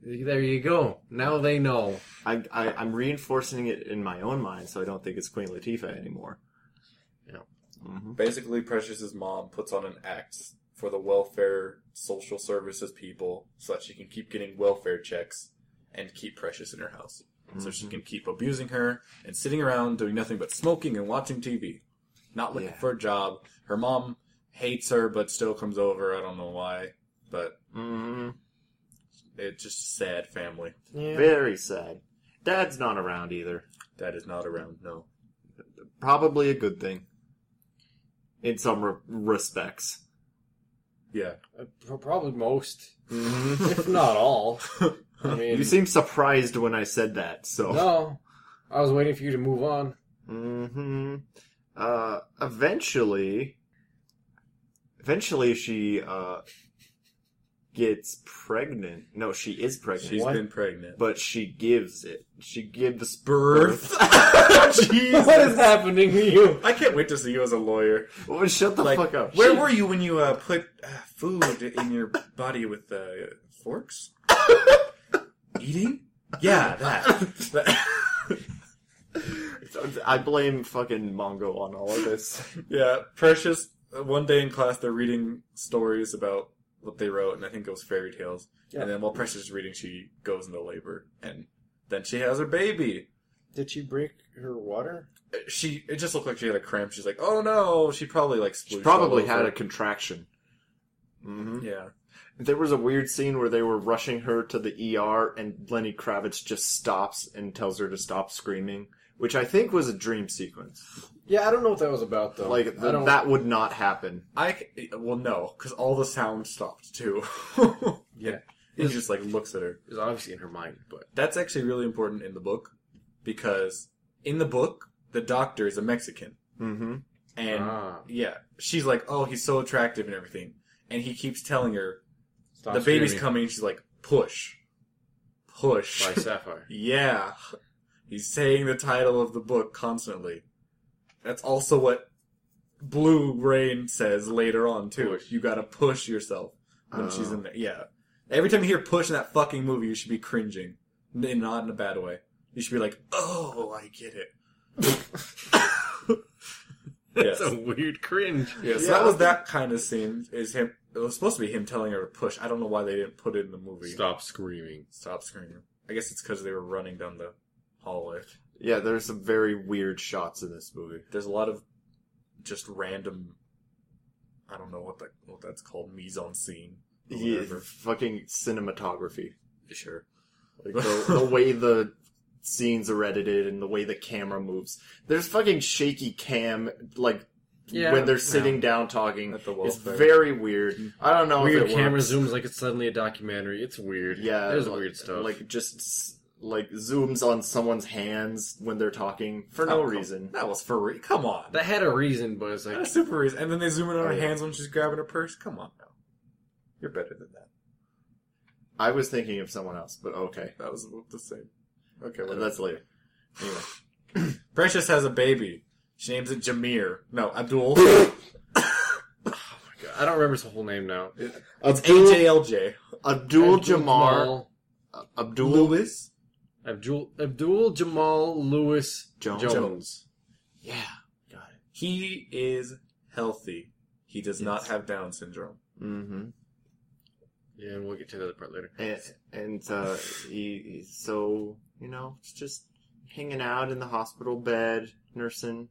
Speaker 1: There you go. Now they know.
Speaker 2: I, I I'm reinforcing it in my own mind, so I don't think it's Queen Latifah anymore.
Speaker 1: Yeah.
Speaker 2: hmm
Speaker 3: Basically, Precious's mom puts on an act for the welfare social services people so that she can keep getting welfare checks and keep Precious in her house. So
Speaker 2: Mm-hmm.
Speaker 3: she can keep abusing her and sitting around doing nothing but smoking and watching TV. Not looking
Speaker 2: Yeah.
Speaker 3: for a job. Her mom hates her but still comes over. I don't know why. But
Speaker 2: hmm
Speaker 3: it's just a sad family.
Speaker 2: Very sad. Dad's not around either.
Speaker 3: Dad is not around, no.
Speaker 2: Probably a good thing. In some re- respects.
Speaker 3: Yeah.
Speaker 1: Uh, pro- Probably most,
Speaker 2: Mm-hmm.
Speaker 1: if not all. I mean,
Speaker 2: You seem surprised when I said that, so.
Speaker 1: no. I was waiting for you to move on.
Speaker 2: hmm Uh, eventually, eventually she uh gets pregnant. No, she is pregnant.
Speaker 3: She's
Speaker 1: What?
Speaker 3: been pregnant.
Speaker 2: but she gives it. She gives
Speaker 3: Birth.
Speaker 2: birth.
Speaker 3: Jesus.
Speaker 1: What is happening to you?
Speaker 3: I can't wait to see you as a lawyer.
Speaker 2: Well, shut the
Speaker 3: Like,
Speaker 2: fuck up.
Speaker 3: where were you when you uh, put uh, food in your body with uh, forks? Eating? Yeah, that. That-
Speaker 2: I blame fucking Mongo on all of this.
Speaker 3: yeah, Precious. uh, One day in class, they're reading stories about what they wrote, and I think it was fairy tales.
Speaker 1: Yeah.
Speaker 3: And then while Precious is reading, she goes into labor, and then she has her baby. Uh,
Speaker 1: Did she break her water?
Speaker 3: She it just looked like she had a cramp. She's like, "Oh no!" She probably like
Speaker 2: She
Speaker 3: splooshed
Speaker 2: probably
Speaker 3: all
Speaker 2: had
Speaker 3: over.
Speaker 2: a contraction. hmm
Speaker 3: yeah.
Speaker 2: There was a weird scene where they were rushing her to the ER, and Lenny Kravitz just stops and tells her to stop screaming, which I think was a dream sequence.
Speaker 1: Yeah, I don't know what that was about though.
Speaker 2: Like
Speaker 1: I don't.
Speaker 2: that would not happen.
Speaker 3: I c- well no, because all the sound stopped too.
Speaker 1: Yeah.
Speaker 3: he just like looks at her.
Speaker 1: it was obviously in her mind, but
Speaker 3: That's actually really important in the book because in the book the doctor is a Mexican
Speaker 2: Mm-hmm.
Speaker 3: and
Speaker 1: Ah.
Speaker 3: yeah, she's like, oh, he's so attractive and everything, and he keeps telling her
Speaker 1: Stop
Speaker 3: the baby's
Speaker 1: Screaming
Speaker 3: coming. She's like, push, push.
Speaker 1: by Sapphire.
Speaker 3: yeah, he's saying the title of the book constantly. That's also what Blue Rain says later on too. You gotta push yourself when
Speaker 2: Oh.
Speaker 3: she's in there. Yeah. Every time you hear push in that fucking movie, you should be cringing. N- Not in a bad way. You should be like, oh, I get it. Yes.
Speaker 1: That's a weird cringe.
Speaker 3: Yeah, so
Speaker 2: Yeah.
Speaker 3: that was that kind of scene. Is him? It was supposed to be him telling her to push. I don't know why they didn't put it in the movie.
Speaker 1: Stop screaming.
Speaker 3: Stop screaming. I guess it's because they were running down the hallway.
Speaker 2: Yeah, there's some very weird shots in this movie.
Speaker 3: There's a lot of just random. I don't know what that what that's called mise en scene. or
Speaker 2: Yeah,
Speaker 3: whatever.
Speaker 2: fucking cinematography.
Speaker 3: Sure.
Speaker 2: Like the, the way the scenes are edited and the way the camera moves. There's fucking shaky cam, like
Speaker 1: Yeah.
Speaker 2: when they're sitting down talking.
Speaker 3: At the
Speaker 2: It's
Speaker 3: welfare.
Speaker 2: very weird. I don't know
Speaker 1: Weird
Speaker 2: if it
Speaker 1: camera
Speaker 2: works.
Speaker 1: zooms like it's suddenly a documentary. It's weird.
Speaker 2: Yeah,
Speaker 1: there's
Speaker 2: like,
Speaker 1: weird stuff.
Speaker 2: Like just s- like zooms on someone's hands when they're talking for
Speaker 3: Oh,
Speaker 2: no
Speaker 3: come-
Speaker 2: reason.
Speaker 3: That was for re- come on.
Speaker 1: that had a reason, but it's like
Speaker 3: That's super reason. And then they zoom in on her
Speaker 2: Oh, yeah.
Speaker 3: hands when she's grabbing her purse. Come on now. You're better than that.
Speaker 2: I was thinking of someone else, but okay,
Speaker 3: That was the same. Okay,
Speaker 2: Well,
Speaker 3: well,
Speaker 2: that's later. Anyway.
Speaker 3: Precious has a baby. She names it Jameer. No, Abdul.
Speaker 1: Oh I don't remember his whole name now.
Speaker 2: Abdul,
Speaker 3: AJLJ.
Speaker 2: Abdul
Speaker 1: Abdul
Speaker 2: Jamar
Speaker 1: Jamal-
Speaker 2: Abdul
Speaker 3: Lewis.
Speaker 1: Abdul Abdul Jamal Lewis
Speaker 2: Jones.
Speaker 1: Jones.
Speaker 2: Yeah, got it.
Speaker 3: He is healthy. He does not
Speaker 2: Yes.
Speaker 3: have Down syndrome.
Speaker 2: Mm-hmm.
Speaker 1: Yeah, and we'll get to the other part later.
Speaker 2: and, and uh, he, he- so you know, it's just hanging out in the hospital bed, nursing.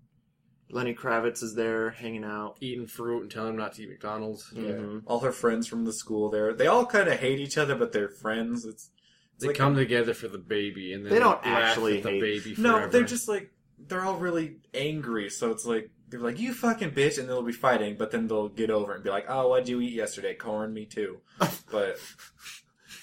Speaker 2: Lenny Kravitz is there hanging out.
Speaker 1: Eating fruit and telling him not to eat McDonald's.
Speaker 2: Yeah. Mhm.
Speaker 3: All her friends from the school there. They all kind of hate each other, but they're friends. It's, it's
Speaker 1: They
Speaker 3: like
Speaker 1: come together for the baby, and then
Speaker 2: They don't
Speaker 1: laugh
Speaker 2: actually
Speaker 1: at the
Speaker 2: hate-
Speaker 1: baby.
Speaker 3: No,
Speaker 1: forever.
Speaker 3: they're just like they're all really angry. So it's like they're like you fucking bitch, and they'll be fighting, but then they'll get over it and be like, oh, what'd you eat yesterday? Corn, me too. But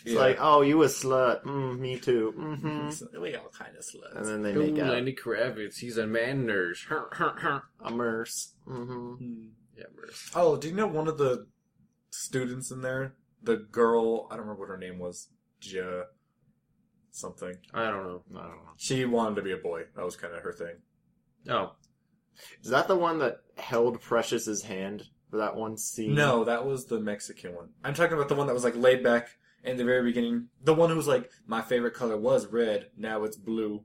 Speaker 2: It's like, oh, you a slut. Mm, me too. hmm
Speaker 3: It's- we all kind of sluts.
Speaker 2: And then they
Speaker 1: Ooh,
Speaker 2: make out.
Speaker 1: Lenny Kravitz, he's a man nurse. Her, her, her.
Speaker 2: A nurse. hmm
Speaker 3: Hmm.
Speaker 1: Yeah, nurse.
Speaker 3: Oh, do you know one of the students in there? The girl, I don't remember what her name was. Ja something.
Speaker 1: I don't know.
Speaker 2: I don't know.
Speaker 3: She wanted to be a boy. That was kind of her thing.
Speaker 1: Oh,
Speaker 2: Is that the one that held Precious's hand for that one scene?
Speaker 3: No, that was the Mexican one. I'm talking about the one that was like laid back in the very beginning. The one who was like, my favorite color was red, now it's blue.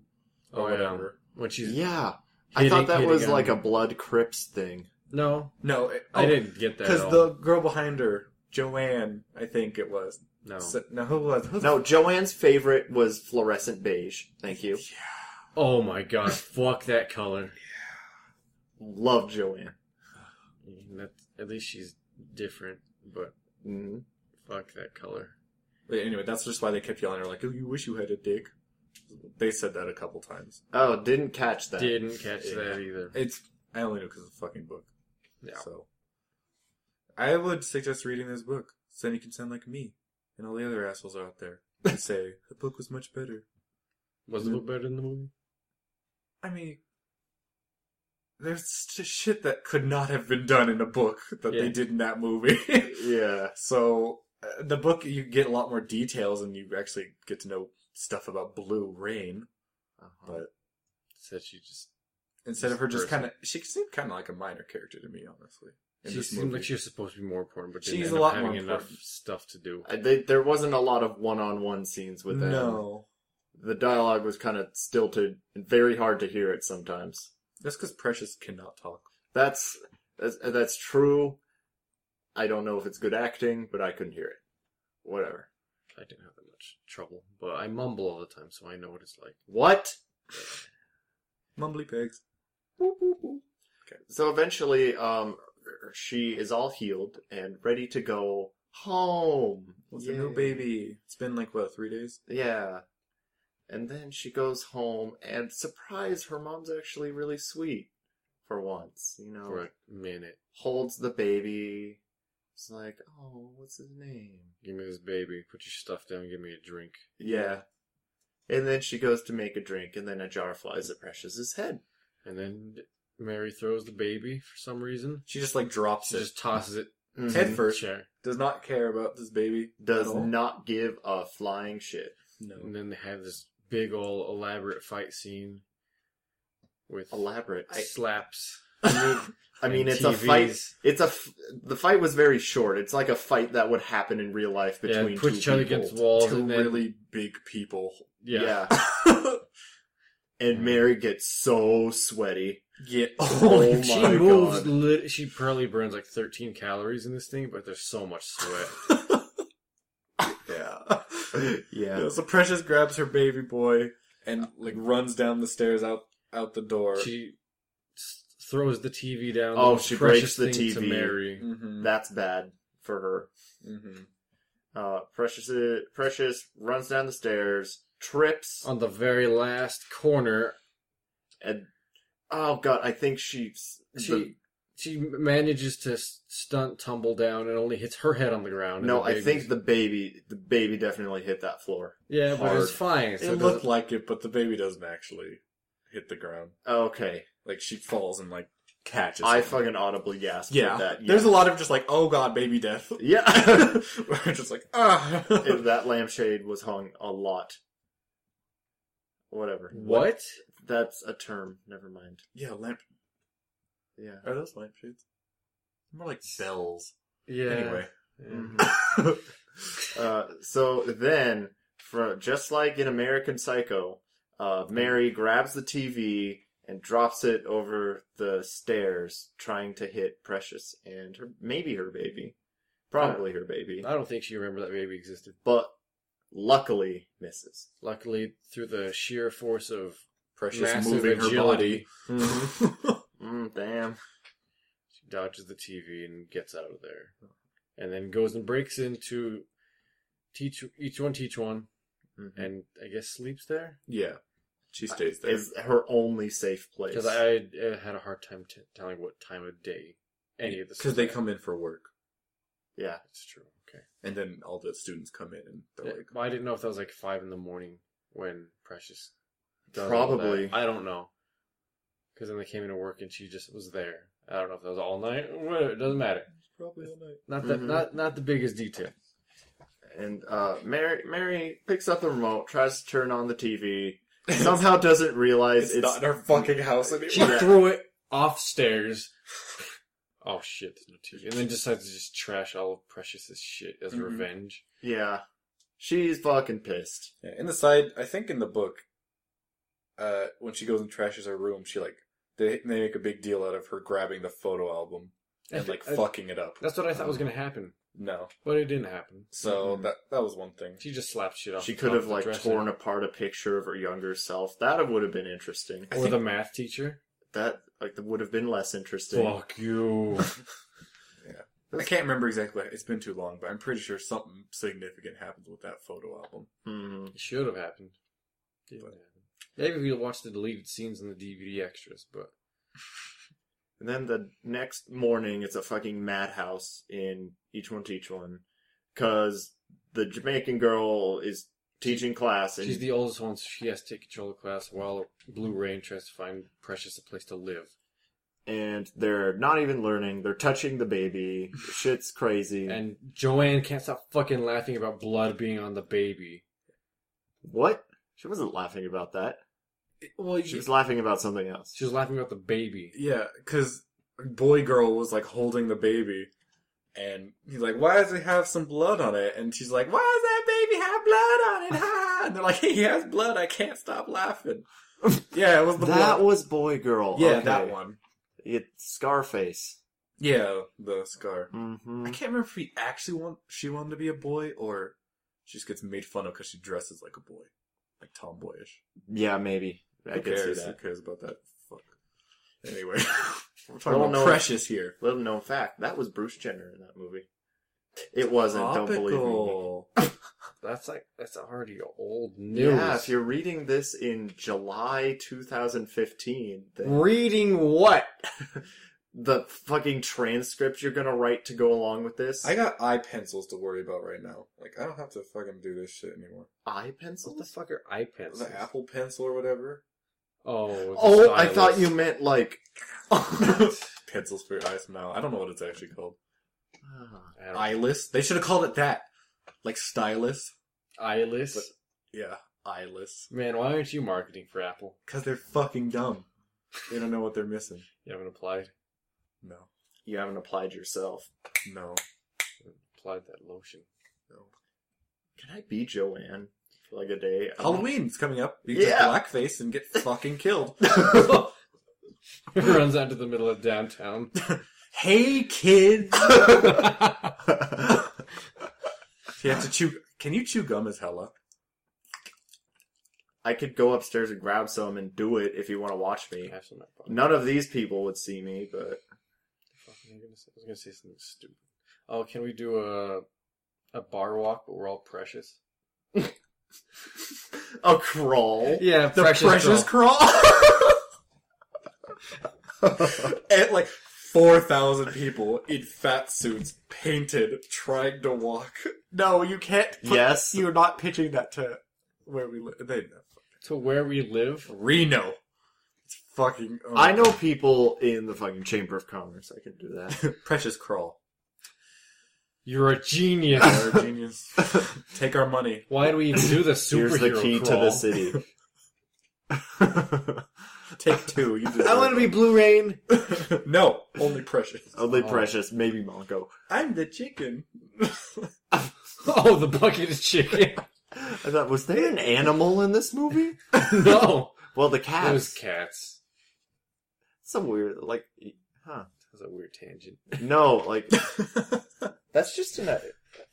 Speaker 1: oh,
Speaker 3: Or
Speaker 1: yeah.
Speaker 3: whatever.
Speaker 1: When she's
Speaker 2: Yeah. I
Speaker 1: Hitting-
Speaker 2: thought that
Speaker 1: hitting
Speaker 2: was
Speaker 1: on
Speaker 2: like Oh.
Speaker 1: her.
Speaker 2: a blood Crips thing.
Speaker 1: no,
Speaker 3: No, it,
Speaker 1: I didn't get that. at
Speaker 3: Because
Speaker 1: all.
Speaker 3: the girl behind her, Joanne, I think it was.
Speaker 1: no.
Speaker 3: So- no, who was? Who
Speaker 2: No, Joanne's favorite was fluorescent beige. Thank you.
Speaker 1: oh my god, fuck that color.
Speaker 2: Love Joanne.
Speaker 1: That's, at least she's different, but
Speaker 2: hmm
Speaker 1: fuck that color.
Speaker 3: But anyway, that's just why they kept yelling at her, like, oh, you wish you had a dick. They said that a couple times.
Speaker 2: Oh, didn't catch that.
Speaker 1: Didn't catch
Speaker 3: Yeah.
Speaker 1: that either.
Speaker 3: It's I only know because of the fucking book.
Speaker 1: Yeah.
Speaker 3: So I would suggest reading this book, so then you can sound like me and all the other assholes out there and say the book was much better.
Speaker 1: Was it a little better than the movie?
Speaker 3: I mean, there's just shit that could not have been done in a book that they
Speaker 1: Yeah.
Speaker 3: did in that movie.
Speaker 2: Yeah.
Speaker 3: so uh, the book you get a lot more details and you actually get to know stuff about Blue Rain.
Speaker 2: Uh-huh.
Speaker 3: But
Speaker 1: Said she just.
Speaker 3: instead of her just
Speaker 1: Person.
Speaker 3: kind of, she seemed kind of like a minor character to me, honestly. in
Speaker 1: She
Speaker 3: this
Speaker 1: seemed
Speaker 3: movie.
Speaker 1: like she was supposed to be more important, but
Speaker 3: She's
Speaker 1: didn't
Speaker 3: a
Speaker 1: end up
Speaker 3: lot
Speaker 1: having
Speaker 3: more
Speaker 1: enough
Speaker 3: important.
Speaker 1: stuff to do.
Speaker 2: I- They, there wasn't a lot of one-on-one scenes
Speaker 3: um,
Speaker 2: with them.
Speaker 3: No.
Speaker 2: The dialogue was kind of stilted and very hard to hear it sometimes.
Speaker 3: That's because Precious cannot talk.
Speaker 2: That's that's, that's true. I don't know if it's good acting, but I couldn't hear it. Whatever.
Speaker 1: I didn't have that much trouble, but I mumble all the time, so I know what it's like.
Speaker 2: What?
Speaker 3: Mumbly pigs.
Speaker 2: So eventually, um, she is all healed and ready to go home.
Speaker 3: With a new
Speaker 2: Yay.
Speaker 3: baby. It's been like what, three days?
Speaker 2: Yeah. And then she goes home, and surprise, her mom's actually really sweet for once. You know,
Speaker 1: For a minute,
Speaker 2: holds the baby. It's like, oh, what's his name?
Speaker 1: give me this baby. Put your stuff down. Give me a drink.
Speaker 2: Yeah. And then she goes to make a drink, and then a jar flies at Precious's head.
Speaker 1: And then Mary throws the baby for some reason.
Speaker 3: She just like drops
Speaker 1: She
Speaker 3: it.
Speaker 1: just tosses it
Speaker 3: Head
Speaker 2: Mhm.
Speaker 1: for a
Speaker 3: first.
Speaker 1: chair.
Speaker 3: Does not care about this baby.
Speaker 2: Does
Speaker 3: at all.
Speaker 2: not give a flying shit.
Speaker 1: And
Speaker 3: No.
Speaker 1: then they have this big old elaborate fight scene with
Speaker 2: Elaborate. I,
Speaker 1: slaps.
Speaker 2: I mean,
Speaker 1: and
Speaker 2: it's a fight.
Speaker 1: TVs.
Speaker 2: It's a f- the fight was very short. It's like a fight that would happen in real life
Speaker 1: Yeah,
Speaker 2: between
Speaker 1: put
Speaker 2: two
Speaker 1: each other
Speaker 2: people.
Speaker 1: against walls
Speaker 3: Two
Speaker 1: and then
Speaker 3: really big people.
Speaker 1: yeah.
Speaker 2: yeah. and Mary gets so sweaty.
Speaker 3: Yeah.
Speaker 2: Oh
Speaker 1: she
Speaker 2: my
Speaker 1: moves.
Speaker 2: God.
Speaker 1: Lit- she probably burns like 13 calories in this thing, but there's so much sweat.
Speaker 3: yeah.
Speaker 2: Yeah.
Speaker 3: Yeah, so Precious grabs her baby boy and like runs down the stairs out out the door.
Speaker 1: she s- throws the TV down.
Speaker 2: Oh,
Speaker 1: the
Speaker 2: she
Speaker 1: precious
Speaker 2: breaks the
Speaker 1: thing To
Speaker 2: TV.
Speaker 1: Mary.
Speaker 3: hmm
Speaker 2: That's bad for her.
Speaker 3: Mm-hmm.
Speaker 2: Uh, Precious, Precious runs down the stairs, trips,
Speaker 1: On the very last corner,
Speaker 2: and oh god, I think she's
Speaker 1: she she manages to s- stunt tumble down and only hits her head on the ground. and
Speaker 2: no,
Speaker 1: the
Speaker 2: I
Speaker 1: baby's-
Speaker 2: think the baby, the baby definitely hit that floor.
Speaker 1: yeah, but it's fine.
Speaker 2: hard.
Speaker 1: So
Speaker 3: It looked like it, but the baby doesn't actually hit the ground.
Speaker 2: Okay,
Speaker 3: Like she falls and like catches.
Speaker 2: I
Speaker 3: him.
Speaker 2: fucking audibly gasped
Speaker 3: yeah.
Speaker 2: at that. Yeah,
Speaker 3: There's a lot of just like oh god, baby death.
Speaker 2: yeah.
Speaker 3: We're just like ah.
Speaker 2: if that lampshade was hung a lot. Whatever.
Speaker 1: what?
Speaker 2: That's a term. Never mind.
Speaker 3: yeah, lamp.
Speaker 2: Yeah.
Speaker 3: Are those lampshades? More like bells.
Speaker 1: Yeah.
Speaker 3: Anyway,
Speaker 1: Yeah.
Speaker 2: Mm-hmm. uh, so then, for, just like in American Psycho, uh, Mary grabs the TV and drops it over the stairs, trying to hit Precious and her, maybe her baby, probably her baby,
Speaker 1: I don't think she remembered that baby existed.
Speaker 2: but luckily misses.
Speaker 1: Luckily, through the sheer force of
Speaker 3: Precious
Speaker 1: massive
Speaker 3: moving her
Speaker 1: agility,
Speaker 3: body.
Speaker 2: Mm, damn.
Speaker 1: she dodges the TV and gets out of there, and then goes and breaks into E teach each one teach one,
Speaker 2: Mhm.
Speaker 1: and I guess sleeps there
Speaker 3: yeah, she stays there.
Speaker 2: Is her only safe place.
Speaker 1: because I uh, had a hard time t- telling what time of day any of this
Speaker 3: because
Speaker 1: is
Speaker 3: they
Speaker 1: at.
Speaker 3: come in for work.
Speaker 2: yeah.
Speaker 1: It's true. Okay.
Speaker 3: And then all the students come in and they're
Speaker 1: Yeah,
Speaker 3: like,
Speaker 1: well, I didn't know if that was like five in the morning when Precious. does all
Speaker 2: Probably.
Speaker 1: that. I don't know. Because then they came into work and she just was there. I don't know if that was all night. Whatever. It doesn't matter.
Speaker 3: probably all night.
Speaker 1: Not that.
Speaker 2: Mhm.
Speaker 1: Not not the biggest detail.
Speaker 2: And uh, Mary Mary picks up the remote, tries to turn on the TV, somehow doesn't realize
Speaker 3: It's,
Speaker 2: it's,
Speaker 3: not in our fucking house anymore.
Speaker 1: She threw it off stairs. Oh shit! There's no TV. And then decides to just trash all of Precious's shit as
Speaker 3: Mhm.
Speaker 1: revenge.
Speaker 2: Yeah. She's fucking pissed.
Speaker 3: Yeah, in the side, I think in the book, uh, when she goes and trashes her room, she like they they make a big deal out of her grabbing the photo album and like
Speaker 1: I-
Speaker 3: fucking it up.
Speaker 1: uh,
Speaker 3: Um,
Speaker 1: That's what I thought was gonna happen, Mm-hmm.
Speaker 3: No,
Speaker 1: but it didn't happen.
Speaker 3: so
Speaker 2: Mhm.
Speaker 3: that that was one thing.
Speaker 1: She just slapped shit off.
Speaker 2: She
Speaker 1: the
Speaker 2: could
Speaker 1: top of
Speaker 2: have
Speaker 1: the
Speaker 2: like
Speaker 1: dresser.
Speaker 2: torn apart a picture of her younger self. That would have been interesting.
Speaker 3: I
Speaker 1: Or
Speaker 3: think-
Speaker 1: the math teacher.
Speaker 2: That like would have been less interesting.
Speaker 1: Fuck you.
Speaker 3: I can't remember exactly. It's been too long, but I'm pretty sure something significant happens with that photo album.
Speaker 2: Mhm.
Speaker 1: It should have happened. Didn't happen. Maybe we watched the deleted scenes in the DVD extras, but
Speaker 2: And then the next morning, it's a fucking madhouse in each one teach one, because the Jamaican girl is teaching class and
Speaker 1: she's the oldest one, so she has to take control of class while Blue Rain tries to find Precious a place to live.
Speaker 2: and they're not even learning. They're touching the baby. Shit's crazy.
Speaker 1: And Joanne can't stop fucking laughing about blood being on the baby.
Speaker 2: what? She wasn't laughing about that.
Speaker 3: Well,
Speaker 2: She was laughing about something else.
Speaker 1: She was laughing about the baby.
Speaker 3: Yeah, because boy girl was like holding the baby, and he's like, "Why does it have some blood on it?" And she's like, "Why does that baby have blood on it?" Ha! And they're like, "He has blood. I can't stop laughing." yeah, it was the
Speaker 2: that
Speaker 3: blood.
Speaker 2: was boy girl.
Speaker 3: yeah,
Speaker 2: Okay.
Speaker 3: that one.
Speaker 2: It Scarface.
Speaker 3: Yeah, the scar. I
Speaker 2: Mm-hmm.
Speaker 3: can't remember if he actually want she wanted to be a boy or she just gets made fun of because she dresses like a boy, like tomboyish.
Speaker 2: Yeah, maybe. I
Speaker 3: Who
Speaker 2: could see
Speaker 3: cares? Who
Speaker 2: that.
Speaker 3: cares about that? Fuck. Anyway, we're talking
Speaker 2: Well,
Speaker 3: about
Speaker 2: no.
Speaker 3: precious here.
Speaker 2: Little known fact, that was Bruce Jenner in that movie. It wasn't. Don't believe me.
Speaker 3: Topical.
Speaker 1: That's like that's already old news.
Speaker 2: Yeah, if you're reading this in July 2015, then
Speaker 1: reading what?
Speaker 2: the fucking transcript you're gonna write to go along with this.
Speaker 3: I got eye pencils to worry about right now. Like I don't have to fucking do this shit anymore.
Speaker 2: eye
Speaker 1: What the
Speaker 2: pencils.
Speaker 1: fuck are eye pencils?
Speaker 3: The Apple pencil or whatever.
Speaker 1: Oh, the
Speaker 2: Oh, I thought
Speaker 1: stylus.
Speaker 2: you meant like.
Speaker 3: Pencils for your eyes now. I don't know what it's actually called.
Speaker 2: Ah,
Speaker 1: I don't-
Speaker 3: Eyeless. They should have called it that. Like stylus.
Speaker 1: eyeless.
Speaker 3: But- Yeah, eyeless.
Speaker 1: Man, why aren't you marketing for Apple?
Speaker 3: Because they're fucking dumb. They don't know what they're missing.
Speaker 1: You haven't applied.
Speaker 3: No,
Speaker 2: you haven't applied yourself.
Speaker 3: no,
Speaker 1: applied that lotion.
Speaker 3: no.
Speaker 2: Can I be Joanne? for like a day. I don't-
Speaker 3: Halloween's coming up. You can
Speaker 2: Yeah.
Speaker 3: blackface and get fucking killed.
Speaker 1: runs out to the middle of downtown.
Speaker 3: hey, kids! you have to chew. Can you chew gum as hella?
Speaker 2: I could go upstairs and grab some and do it if you want to watch me.
Speaker 1: Actually, my phone.
Speaker 2: None of these people would see me, but
Speaker 1: Fucking, I was gonna say- I was gonna say something stupid. Oh, can we do a a bar walk, but we're all precious?
Speaker 2: a crawl.
Speaker 1: Yeah,
Speaker 3: The precious, crawl. and like four thousand people in fat suits, painted, trying to walk. No, you can't. put-
Speaker 2: Yes.
Speaker 3: you're not pitching that to where we live. They know.
Speaker 1: to where we live.
Speaker 3: Reno. It's fucking. oh.
Speaker 2: I know people in the fucking Chamber of Commerce. I can do that.
Speaker 3: Precious crawl.
Speaker 1: You're a genius.
Speaker 3: They're a genius. Take our money.
Speaker 1: Why do we even do the superhero
Speaker 2: Here's the key
Speaker 1: crawl?
Speaker 2: to the city.
Speaker 3: Take two. You deserve
Speaker 2: I want to be Blue Rain.
Speaker 3: it. no, only precious.
Speaker 2: Only
Speaker 1: Oh.
Speaker 2: Precious, maybe Monko.
Speaker 3: I'm the chicken.
Speaker 1: Oh, the bucket of chicken.
Speaker 2: I thought, was there an animal in this movie?
Speaker 1: no,
Speaker 2: Well, the cat.
Speaker 1: those cats.
Speaker 2: So weird. Like, huh?
Speaker 1: That's a weird tangent.
Speaker 2: No, like
Speaker 3: this,
Speaker 2: that's just an.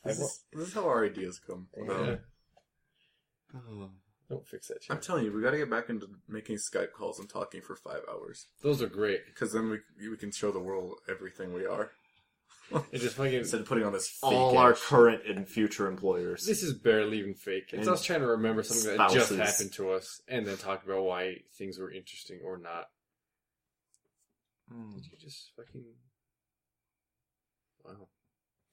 Speaker 3: is, this is how our ideas come. Um, about.
Speaker 1: Yeah. Don't fix that
Speaker 3: I'm
Speaker 1: shit.
Speaker 3: telling you, we got to get back into making Skype calls and talking for five hours
Speaker 1: Those are great.
Speaker 3: because then we we can show the world everything we are
Speaker 1: It just fucking.
Speaker 3: instead of putting on this fake.
Speaker 2: All our
Speaker 3: ass-
Speaker 2: current and future employers.
Speaker 1: This is barely even fake. It's
Speaker 2: And
Speaker 1: us trying to remember something that just
Speaker 2: spouses.
Speaker 1: happened to us and then talk about why things were interesting or not.
Speaker 2: Hmm.
Speaker 1: Did you just fucking. Wow.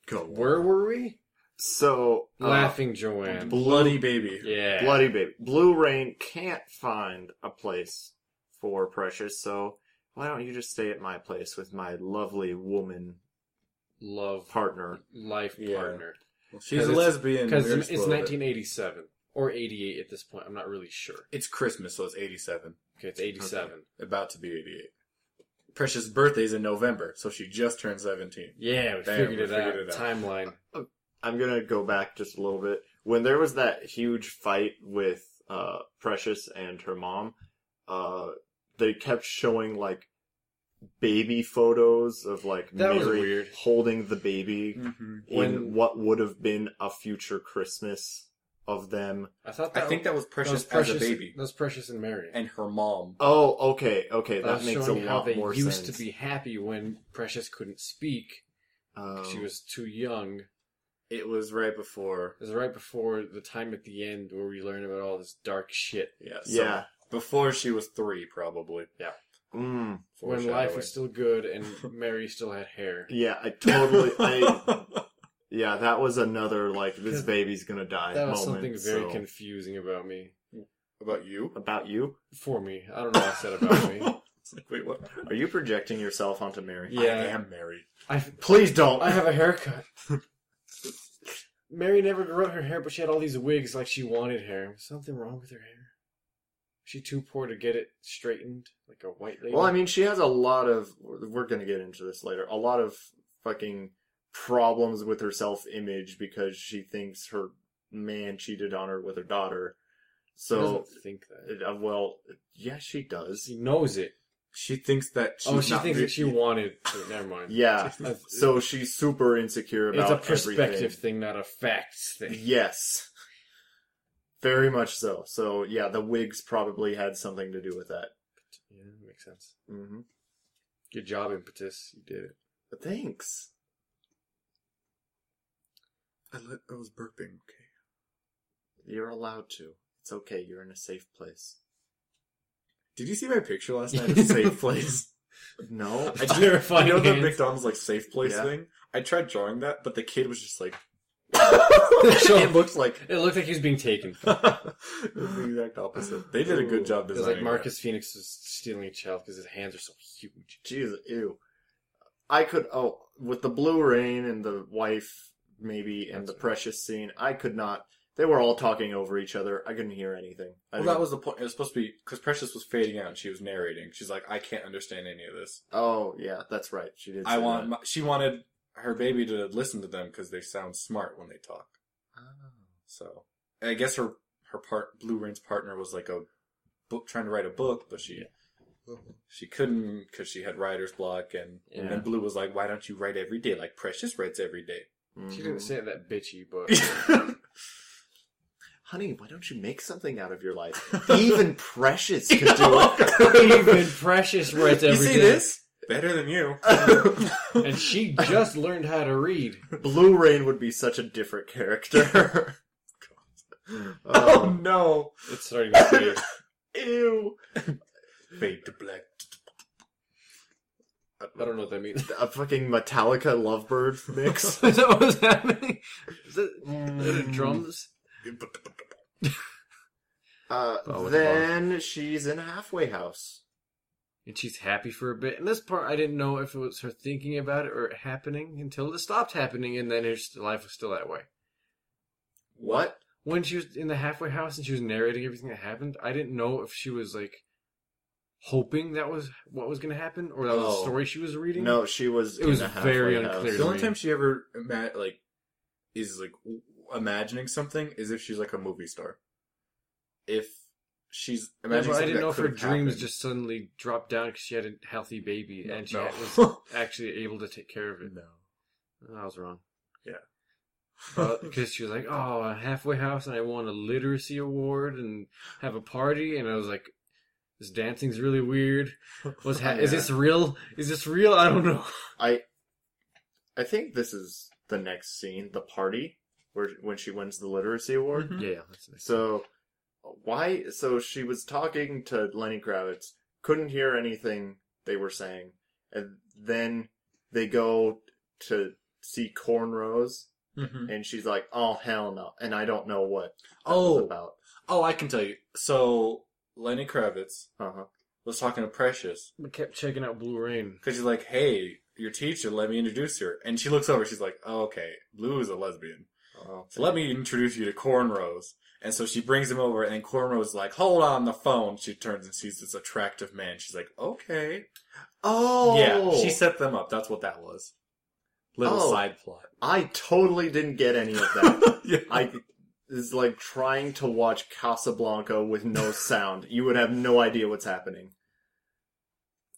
Speaker 3: Go on.
Speaker 1: Where were we?
Speaker 2: So uh,
Speaker 1: Laughing Joanne.
Speaker 3: bloody baby.
Speaker 1: yeah.
Speaker 2: Bloody baby. Blue Rain can't find a place for Precious, so why don't you just stay at my place with my lovely woman
Speaker 1: Love
Speaker 2: partner?
Speaker 1: life
Speaker 3: Yeah.
Speaker 1: partner.
Speaker 3: Well, she's a
Speaker 1: Because it's-
Speaker 3: lesbian.
Speaker 1: Because
Speaker 3: we're
Speaker 1: it's
Speaker 3: spoiled.
Speaker 1: 1987 or 88 at this point. I'm not really sure.
Speaker 3: It's Christmas, so it's 87.
Speaker 1: Okay, it's 87.
Speaker 3: About to be 88. Precious' birthday's in November, so she just turned 17.
Speaker 1: Yeah, we
Speaker 3: Damn,
Speaker 1: figured,
Speaker 3: we
Speaker 1: it, out.
Speaker 3: figured it out.
Speaker 1: Timeline.
Speaker 2: I'm gonna go back just a little bit. When there was that huge fight with uh, Precious and her mom, uh, they kept showing like baby photos of like
Speaker 1: That was
Speaker 2: Mary
Speaker 1: weird. Mm.
Speaker 2: holding the baby
Speaker 3: Mm-hmm.
Speaker 2: in
Speaker 1: When-
Speaker 2: what would have been a future Christmas of them.
Speaker 1: I thought
Speaker 3: I
Speaker 1: that
Speaker 3: think that was
Speaker 1: Oh, that
Speaker 3: Precious,
Speaker 1: was precious
Speaker 3: as a baby.
Speaker 1: That was precious and Mary.
Speaker 3: And her mom.
Speaker 2: Oh, okay, okay,
Speaker 1: That
Speaker 2: that
Speaker 1: was
Speaker 2: makes a
Speaker 1: showing how
Speaker 2: lot
Speaker 1: they
Speaker 2: more
Speaker 1: used
Speaker 2: sense.
Speaker 1: to be happy when Precious couldn't speak. 'cause
Speaker 3: Oh.
Speaker 1: She
Speaker 2: Um,
Speaker 1: was too young.
Speaker 3: It was right before.
Speaker 1: It was right before the time at the end where we learn about all this dark shit.
Speaker 3: Yeah. so
Speaker 2: yeah.
Speaker 3: Before she was three, probably.
Speaker 2: Mm.
Speaker 1: When life was still good and Mary still had hair.
Speaker 2: Yeah, I totally. I, yeah, that was another like this baby's gonna die
Speaker 1: That was
Speaker 2: moment.
Speaker 1: something very
Speaker 2: so-
Speaker 1: confusing about me.
Speaker 3: About you?
Speaker 2: about you.
Speaker 1: For me. I don't know what I said about me.
Speaker 3: It's like, wait, what?
Speaker 2: Are you projecting yourself onto Mary?
Speaker 1: Yeah.
Speaker 3: I am married.
Speaker 1: I,
Speaker 2: Please don't.
Speaker 1: I have a haircut. Mary never grew out her hair, but she had all these wigs like she wanted hair. Was Something wrong with her hair. She too poor to get it straightened like a white lady.
Speaker 2: well, I mean, she has a lot of. We're gonna get into this later. A lot of fucking problems with her self-image because she thinks her man cheated on her with her daughter.
Speaker 1: she
Speaker 2: So,
Speaker 1: doesn't think that.
Speaker 2: uh, well, yeah, she does.
Speaker 1: She knows it.
Speaker 3: She thinks that she's
Speaker 1: oh, she
Speaker 3: not
Speaker 1: thinks
Speaker 3: re-
Speaker 1: that she wanted. To. Never mind.
Speaker 2: Yeah.
Speaker 1: That's-
Speaker 2: So she's super insecure
Speaker 1: it's
Speaker 2: about
Speaker 1: a perspective
Speaker 2: everything.
Speaker 1: thing, not a facts thing.
Speaker 2: Yes. Very much so. So yeah, the wigs probably had something to do with that.
Speaker 1: Yeah, makes sense.
Speaker 2: hmm
Speaker 1: Good job, impetus. You did it.
Speaker 2: But thanks.
Speaker 3: I, let, I was burping. Okay.
Speaker 2: You're allowed to. It's okay. You're in a safe place.
Speaker 3: Did you see my picture last night of safe place?
Speaker 2: No.
Speaker 3: I just,
Speaker 1: Terrifying
Speaker 3: you know the
Speaker 1: hands.
Speaker 3: McDonald's like safe place
Speaker 2: Yeah.
Speaker 3: thing? I tried drawing that, but the kid was just like,
Speaker 1: So-
Speaker 3: it looks like
Speaker 1: It looked like he was being taken. It
Speaker 3: it was the exact opposite. They did a good job
Speaker 1: was
Speaker 3: designing.
Speaker 1: like Marcus Phoenix was stealing a child because his hands are so huge.
Speaker 2: Jeez. Ew. I could. Oh, with the blue rain and the wife, maybe, and the precious scene, I could not. They were all talking over each other. I couldn't hear anything. I
Speaker 3: That. Well, that
Speaker 2: didn't-
Speaker 3: was the point. It was supposed to be because Precious was fading out and she was narrating. She's like, I can't understand any of this.
Speaker 2: Oh yeah, that's right. She did.
Speaker 3: I
Speaker 2: say
Speaker 3: want.
Speaker 2: that.
Speaker 3: My, she wanted her baby
Speaker 2: Ah.
Speaker 3: to listen to them because they sound smart when they talk.
Speaker 2: Oh.
Speaker 3: So And I guess her her part Blue Rain's partner was like a book trying to write a book, but she she couldn't because she had writer's block, and
Speaker 1: Yeah.
Speaker 3: and Blue was like, "Why don't you write every day like Precious writes every day?"
Speaker 2: Mm-hmm.
Speaker 1: She didn't say it that bitchy, but
Speaker 2: Honey, why don't you make something out of your life? Even Precious could do
Speaker 1: even Precious writes
Speaker 3: you
Speaker 1: every
Speaker 3: see
Speaker 1: day.
Speaker 3: this? Better than you.
Speaker 2: it.
Speaker 1: And she just learned how to read.
Speaker 2: Blue Rain would be such a different character.
Speaker 3: oh
Speaker 1: Oh,
Speaker 2: Um,
Speaker 3: no!
Speaker 1: It's starting to fade.
Speaker 2: ew.
Speaker 3: Fade to black.
Speaker 1: I don't know what that means.
Speaker 2: A fucking Metallica Lovebird mix.
Speaker 1: Is that what's happening? Is that, is it drums?
Speaker 2: Uh,
Speaker 4: Oh, with
Speaker 2: then she's in a halfway house.
Speaker 1: And she's happy for a bit. And this part, I didn't know if it was her thinking about it or it happening until it stopped happening, and then her s- life was still that way.
Speaker 2: What?
Speaker 1: When she was in the halfway house and she was narrating everything that happened, I didn't know if she was like hoping that was what was going to happen or that was
Speaker 2: Oh.
Speaker 1: the story she was reading.
Speaker 2: No, she was.
Speaker 1: It was
Speaker 2: in a halfway
Speaker 1: very
Speaker 2: house.
Speaker 1: unclear.
Speaker 3: The only
Speaker 1: me.
Speaker 3: time she ever ima- like is like w- imagining something is if she's like a movie star. If she's
Speaker 1: Yeah,
Speaker 3: imagining,
Speaker 1: but I
Speaker 3: something
Speaker 1: didn't
Speaker 3: that
Speaker 1: know if her
Speaker 3: could have
Speaker 1: dreams
Speaker 3: happened.
Speaker 1: just suddenly dropped down because she had a healthy baby and she
Speaker 3: no.
Speaker 1: was actually able to take care of it.
Speaker 3: no.
Speaker 1: I was wrong.
Speaker 3: Yeah.
Speaker 1: Because she was like, oh, a halfway house and I won a literacy award and have a party. And I was like, this dancing's really weird. What's ha- Is
Speaker 2: Yeah.
Speaker 1: this real? Is this real? I don't know.
Speaker 2: I, I think this is the next scene, the party, where when she wins the literacy award.
Speaker 3: Mhm.
Speaker 1: yeah, that's nice.
Speaker 2: So why? So she was talking to Lenny Kravitz, couldn't hear anything they were saying, and then they go to see cornrows,
Speaker 3: Mhm.
Speaker 2: and she's like, "Oh hell no!" And I don't know what that was
Speaker 3: Oh,
Speaker 2: about.
Speaker 3: oh, I can tell you. So Lenny Kravitz
Speaker 2: Uh huh.
Speaker 3: was talking to Precious
Speaker 1: I kept checking out Blue Rain.
Speaker 3: because she's like, "Hey, your teacher, let me introduce her." And she looks over. She's like, oh, "Okay, Blue is a lesbian."
Speaker 2: Oh,
Speaker 3: So let me introduce you to Cornrows. And so she brings him over, and Cornrows is like, hold on the phone. She turns and sees this attractive man. She's like, okay.
Speaker 2: Oh
Speaker 3: Yeah, she set them up. That's what that was. Little
Speaker 2: Oh.
Speaker 3: side plot.
Speaker 2: I totally didn't get any of that.
Speaker 3: yeah.
Speaker 2: I is like trying to watch Casablanca with no sound. You would have no idea what's happening.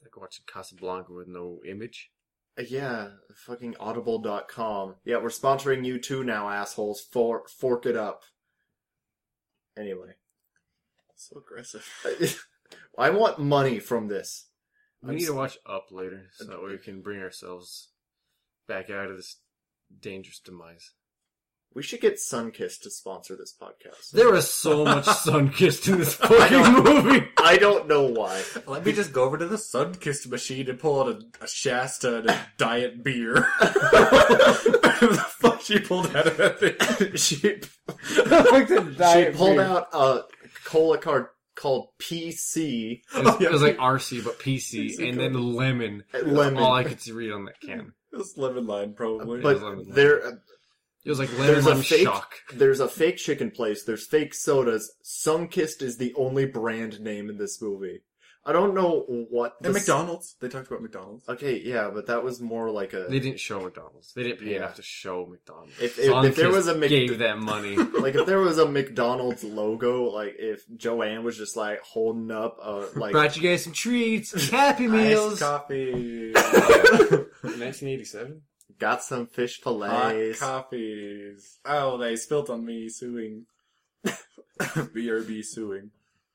Speaker 1: Like watching Casablanca with no image.
Speaker 2: Uh, Yeah, fucking audible.com. Yeah, we're sponsoring you too now, assholes. For, fork it up. Anyway,
Speaker 3: so aggressive.
Speaker 2: I want money from this.
Speaker 1: We
Speaker 2: I'm
Speaker 1: need
Speaker 2: s-
Speaker 1: to watch Up later so that way we can bring ourselves back out of this dangerous demise.
Speaker 2: We should get Sunkiss to sponsor this podcast.
Speaker 1: There was so much sun kissed in this fucking movie.
Speaker 2: I don't know why.
Speaker 3: Let me just go over to the sun-kissed machine and pull out a, a Shasta and a diet beer. the fuck she pulled out of that thing?
Speaker 2: she she
Speaker 1: Diet
Speaker 2: pulled
Speaker 1: beer.
Speaker 2: out a cola card called PC
Speaker 1: It was,
Speaker 3: Oh, yeah.
Speaker 1: it was like RC but PC,
Speaker 3: PC
Speaker 1: and then lemon.
Speaker 2: lemon.
Speaker 1: All I could see read on that can.
Speaker 3: This lemon line, probably.
Speaker 1: it was lemon
Speaker 2: but
Speaker 1: lime.
Speaker 2: there,
Speaker 1: It was like lemon
Speaker 2: There's a
Speaker 1: lime
Speaker 2: fake-
Speaker 1: shock.
Speaker 2: there's a fake chicken place. There's fake sodas. Sunkist is the only brand name in this movie. I don't know what.
Speaker 3: and
Speaker 2: this-
Speaker 3: McDonald's. They talked about McDonald's.
Speaker 2: Okay, yeah, but that was more like a
Speaker 1: They didn't show McDonald's. They didn't pay
Speaker 2: Yeah.
Speaker 1: enough to show McDonald's.
Speaker 2: If- if- if there
Speaker 1: Sunkist
Speaker 2: was a Mc-
Speaker 1: gave that money,
Speaker 2: like if there was a McDonald's logo, like if Joanne was just like holding up a like
Speaker 1: brought you guys some treats, Happy
Speaker 3: Iced
Speaker 1: Meals.
Speaker 3: coffee.
Speaker 1: 1987.
Speaker 2: got some fish
Speaker 3: Hot
Speaker 2: fillets.
Speaker 3: coffees. Oh, they spilt on me suing. BRB suing.